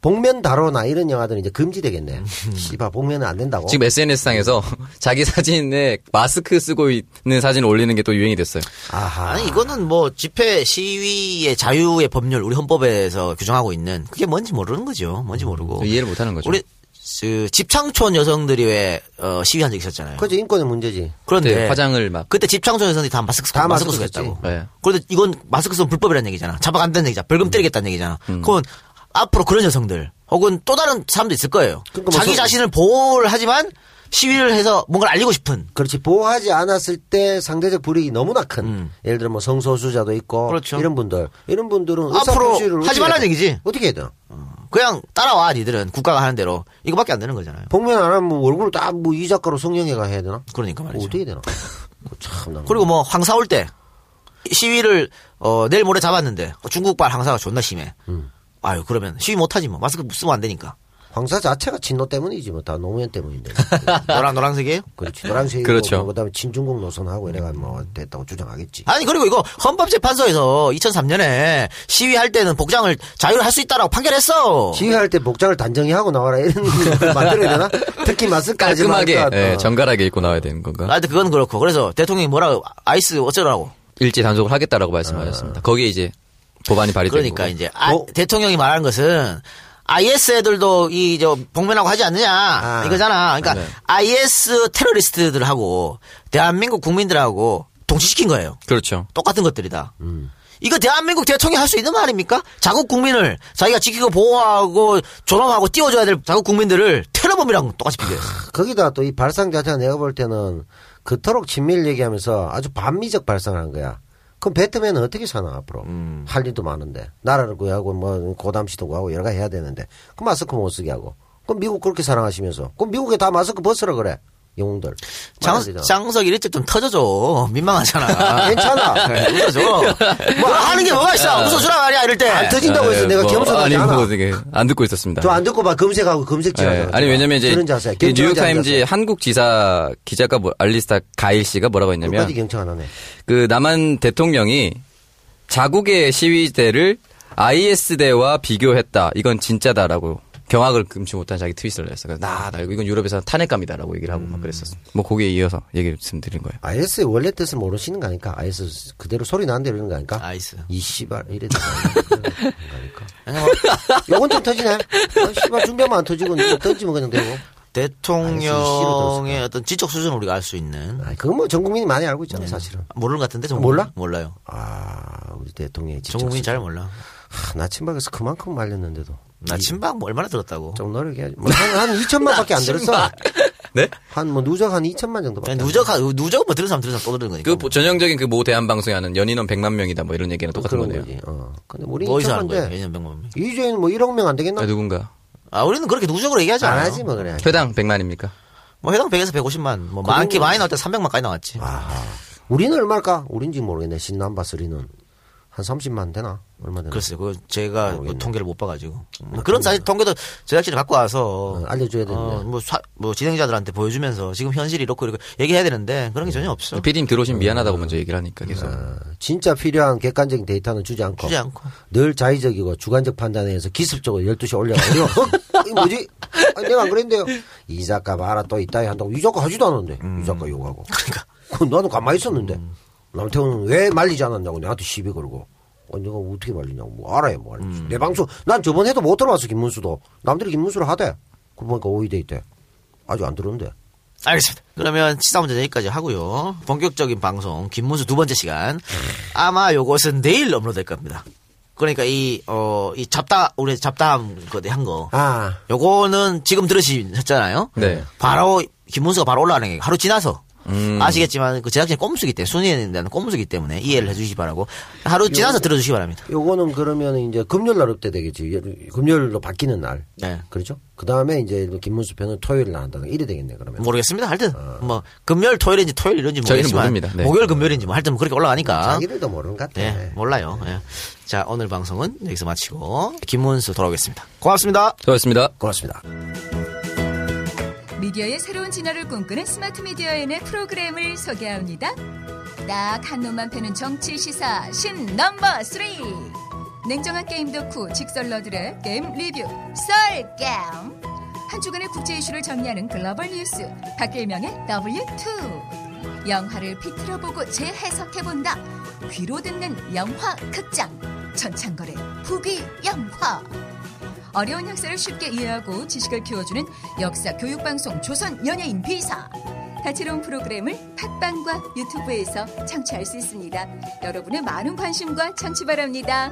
Speaker 6: 복면 다로나 이런 영화들은 이제 금지되겠네.
Speaker 4: 음.
Speaker 6: 씨발, 복면은 안 된다고.
Speaker 4: 어?
Speaker 5: 지금 SNS상에서 자기 사진에 마스크 쓰고 있는 사진을 올리는 게 또 유행이 됐어요.
Speaker 6: 아하.
Speaker 4: 아니 이거는 뭐 집회 시위의 자유의 법률 우리 헌법에서 규정하고 있는 그게 뭔지 모르는 거죠. 뭔지 모르고
Speaker 5: 뭐 이해를 못하는 거죠.
Speaker 4: 우리 그 집창촌 여성들이 왜 어, 시위한 적 있었잖아요.
Speaker 6: 그죠 인권의 문제지.
Speaker 4: 그런데
Speaker 5: 네, 화장을 막
Speaker 4: 그때 집창촌 여성들이 다 마스크 쓰-
Speaker 6: 다
Speaker 4: 마스크 쓰고
Speaker 6: 마스크 썼지.
Speaker 4: 했다고.
Speaker 5: 네.
Speaker 4: 그런데 이건 마스크 쓰면 불법이라는 얘기잖아. 잡아간다는 얘기잖아. 벌금 때리겠다는 얘기잖아. 그건 앞으로 그런 여성들 혹은 또 다른 사람도 있을 거예요.
Speaker 6: 그러니까 뭐
Speaker 4: 자기
Speaker 6: 소-
Speaker 4: 자신을 보호를 하지만 시위를 해서 뭔가를 알리고 싶은
Speaker 6: 그렇지. 보호하지 않았을 때 상대적 불이익이 너무나 큰. 예를 들어 뭐 성소수자도 있고.
Speaker 4: 음. 그렇죠.
Speaker 6: 이런 분들. 이런 분들은
Speaker 4: 앞으로
Speaker 6: 의사표시를
Speaker 4: 하지
Speaker 6: 어떻게
Speaker 4: 말라는
Speaker 6: 해야 돼?
Speaker 4: 얘기지.
Speaker 6: 어떻게 해야 되나?
Speaker 4: 그냥 따라와 니들은 국가가 하는 대로 이거밖에 안 되는 거잖아요.
Speaker 6: 복면 안 하면 뭐 얼굴을 다 뭐 이 작가로 성형해가 해야 되나?
Speaker 4: 그러니까 말이죠.
Speaker 6: 어떻게 해야 되나? 그거 참. 난
Speaker 4: 그리고 뭐 황사 올 때 시위를 어, 내일 모레 잡았는데 중국발 황사가 존나 심해. 아유 그러면 시위 못하지 뭐 마스크 쓰면 안 되니까.
Speaker 6: 황사 자체가 진노 때문이지 뭐 다 노무현 때문인데
Speaker 4: 노랑 노랑색이에요?
Speaker 6: 그렇지 노란색이고 뭐
Speaker 5: 그렇죠.
Speaker 6: 그다음에 친중국 노선하고 이래가 뭐 됐다고 주장하겠지
Speaker 4: 아니 그리고 이거 헌법재판소에서 2003년에 시위할 때는 복장을 자유로 할 수 있다라고 판결했어.
Speaker 5: 뭐.
Speaker 6: 시위할 때 복장을 단정히 하고 나와라 이런 걸 만들어야 되나 특히 마스크까지
Speaker 5: 깔끔하게
Speaker 4: 어.
Speaker 5: 예, 정갈하게 입고 나와야 되는 건가?
Speaker 4: 아, 하여튼 그건 그렇고 그래서 대통령이 뭐라고 아이스 어쩌라고
Speaker 5: 일제 단속을 하겠다라고 말씀하셨습니다. 거기에 이제 법안이
Speaker 4: 아.
Speaker 5: 발의된
Speaker 4: 그러니까
Speaker 5: 거고.
Speaker 4: 이제 아,
Speaker 6: 어?
Speaker 4: 대통령이 말하는 것은 IS 애들도 이 저 복면하고 하지 않느냐 이거잖아. 그러니까 IS 테러리스트들하고 대한민국 국민들하고 동치시킨 거예요.
Speaker 5: 그렇죠.
Speaker 4: 똑같은 것들이다. 이거 대한민국 대통령이 할 수 있는 말입니까? 자국 국민을 자기가 지키고 보호하고 존엄하고 띄워줘야 될 자국 국민들을 테러범이랑 똑같이 비교해요.
Speaker 6: 거기다 또 이 발상 자체가 내가 볼 때는 그토록 친밀 얘기하면서 아주 반미적 발상을 한 거야 그럼 배트맨은 어떻게 사나 앞으로
Speaker 5: 음.
Speaker 6: 할 일도 많은데 나라를 구하고 뭐 고담시도 구하고 여러 가지 해야 되는데 그 마스크 못 쓰게 하고 그럼 미국 그렇게 사랑하시면서 그럼 미국에 다 마스크 벗으라 그래 영웅들
Speaker 4: 장,
Speaker 6: 말해야 되잖아.
Speaker 4: 장석이 일찍 좀 터져줘. 민망하잖아. 네,
Speaker 6: 괜찮아.
Speaker 5: 네.
Speaker 4: 웃어줘. 뭐 하는 게 뭐가 있어. 웃어주라 말이야, 아, 그 이럴 때.
Speaker 6: 안 터진다고 해서
Speaker 5: 예,
Speaker 6: 내가
Speaker 5: 뭐,
Speaker 6: 겸손하지
Speaker 5: 아니
Speaker 6: 않아.
Speaker 5: 뭐 되게 안 듣고 있었습니다.
Speaker 6: 또 안 듣고 막 검색하고 검색질
Speaker 5: 예,
Speaker 6: 하잖아.
Speaker 5: 아니 왜냐면 이제
Speaker 6: 그런 자세.
Speaker 5: 이 뉴욕타임즈 한국 지사 기자가 뭐- 알리스타 가일 씨가 뭐라고 했냐면
Speaker 6: 끝까지 경청 안 하네.
Speaker 5: 그 남한 대통령이 자국의 시위대를 IS대와 비교했다. 이건 진짜다라고 경악을 금치 못한 자기 트윗을 냈어요. 그래서 나, 나 이거 이건 유럽에서 탄핵감이다라고 얘기를 하고 막 그랬었어.
Speaker 6: 음.
Speaker 5: 뭐 거기에 이어서 얘기를 지금 드린 거예요.
Speaker 6: IS의 원래 뜻을 모르시는 거 아닐까? IS 그대로 소리 나는 대로 이런 거 아닐까?
Speaker 4: 아이스.
Speaker 6: 이 씨발 이래. 요건 좀 터지네. 어, 씨발 준비하면 안 터지고 이거 던지면 그냥 되고.
Speaker 4: 대통령의 어떤 지적 수준을 우리가 알 수 있는
Speaker 6: 아, 그건 뭐 전 국민이 많이 알고 있잖아요,
Speaker 5: 네.
Speaker 6: 사실은.
Speaker 4: 모르는 것 같은데 전
Speaker 6: 몰라?
Speaker 4: 몰라요.
Speaker 6: 아, 우리 대통령이 직접.
Speaker 4: 전 국민이 잘 몰라.
Speaker 6: 하, 나침박에서 그만큼 말렸는데도.
Speaker 4: 나 침박 뭐 얼마나 들었다고?
Speaker 6: 좀 노력해. 야지 뭐, 한, 한 2천만 밖에 안 들었어.
Speaker 5: 네?
Speaker 6: 한, 뭐, 누적 한 2천만 정도 밖에.
Speaker 4: 그냥 누적 한- 누적 뭐 들은 사람 들은 사람 또 들은 거니까.
Speaker 5: 그 보- 전형적인 그 모 대한 방송에 하는 연인원 100만 명이다 뭐 이런 얘기는 똑같은
Speaker 6: 그런
Speaker 5: 거네요.
Speaker 6: 거지. 어. 근데 우리
Speaker 4: 뭐 어디서 하는
Speaker 6: 2천만인데.
Speaker 4: 거예요? 예년 백만.
Speaker 6: 이주에는 뭐 1억 명 안 되겠나?
Speaker 5: 아, 누군가
Speaker 4: 아 우리는 그렇게 누적으로 얘기하지
Speaker 6: 안
Speaker 4: 않아요.
Speaker 6: 하지 뭐 그래.
Speaker 5: 회당 100만입니까?
Speaker 4: 뭐 해당 100에서 150만, 뭐 많게 많이 나올 때 300만까지 나왔지.
Speaker 6: 아, 우리는 얼마일까? 우린지 모르겠네. 신남바 쓰리는 한 30만 되나? 얼마 되나?
Speaker 4: 글쎄요, 그 제가 그
Speaker 6: 모르겠네. 아,
Speaker 4: 통계를 못 봐가지고 뭐 그런 사실 통계도 제작진이 갖고 와서
Speaker 6: 어, 알려줘야 되는데.
Speaker 4: 어, 뭐, 사- 뭐 진행자들한테 보여주면서 지금 현실이 이렇고 이렇게 얘기해야 되는데 그런 게
Speaker 6: 네.
Speaker 4: 전혀 없어.
Speaker 5: 피디님 들어오시면 미안하다고 먼저 얘기를 하니까 계속.
Speaker 6: 어, 진짜 필요한 객관적인 데이터는 주지 않고,
Speaker 4: 주지 않고.
Speaker 6: 늘 자의적이고 주관적 판단에 의해서 기습적으로 12시 올려가지고 어? 이거 뭐지? 아니, 내가 안 그랬는데요. 이 작가 봐라 또 있다 한다고 이 작가 하지도 않았는데 이 작가 욕하고 음. 그러니까 음. 나도 가만히 있었는데 남태훈은 왜 말리지 않았냐고 내한테 시비 걸고 어, 내가 어떻게 말리냐고 뭐 알아요 뭐 알지 내 방송 난 저번 해도 못 들어봤어 김문수도 남들이 김문수를 하대 그러고 보니까 오이대 있대 아직 안 들었는데
Speaker 4: 알겠습니다. 그러면 시사 문제 여기까지 하고요. 본격적인 방송 김문수 두 번째 시간 아마 요것은 내일 업로드될 겁니다. 그러니까 이 어, 이 잡다 우리 잡담 그한거
Speaker 6: 아
Speaker 4: 요거는 지금 들으셨잖아요.
Speaker 5: 네.
Speaker 4: 바로 김문수가 바로 올라가는 게 하루 지나서
Speaker 5: 음.
Speaker 4: 아시겠지만 그 제작진 꼼수기 때문에 순위에 대한 꼼수기 때문에 이해를 해주시기 바라고 하루 지나서 들어주시기 바랍니다.
Speaker 6: 요거는 그러면 이제 금요일 날 업데이 되겠지. 예, 금요일로 바뀌는 날.
Speaker 4: 네.
Speaker 6: 그렇죠? 그 다음에 이제 김문수 편은 토요일 날 한다는 이래 되겠네, 그러면.
Speaker 4: 모르겠습니다. 하여튼 뭐 금요일 토요일인지 토요일 이런지
Speaker 5: 어. 저희는
Speaker 4: 모르겠지만
Speaker 5: 모릅니다. 네.
Speaker 4: 목요일 금요일인지 뭐 하여튼 뭐 그렇게 올라가니까
Speaker 6: 자기들도 모르는 것 같아.
Speaker 4: 네, 몰라요. 예. 자, 오늘 방송은 여기서 마치고 김문수 돌아오겠습니다. 고맙습니다.
Speaker 5: 수고하셨습니다.
Speaker 6: 고맙습니다.
Speaker 1: 미디어의 새로운 진화를 꿈꾸는 스마트 미디어인의 프로그램을 소개합니다. 딱 한 놈만 패는 정치 시사 신 넘버 3. 냉정한 게임 덕후 직설러들의 게임 리뷰 썰겜. 한 주간의 국제 이슈를 정리하는 글로벌 뉴스 박길명의 W2. 영화를 비틀어 보고 재해석해 본다. 귀로 듣는 영화 극장 전창걸의 부귀 영화. 어려운 역사를 쉽게 이해하고 지식을 키워주는 역사 교육 방송 조선 연예인 비사 다채로운 프로그램을 팟빵과 유튜브에서 청취할 수 있습니다. 여러분의 많은 관심과 청취 바랍니다.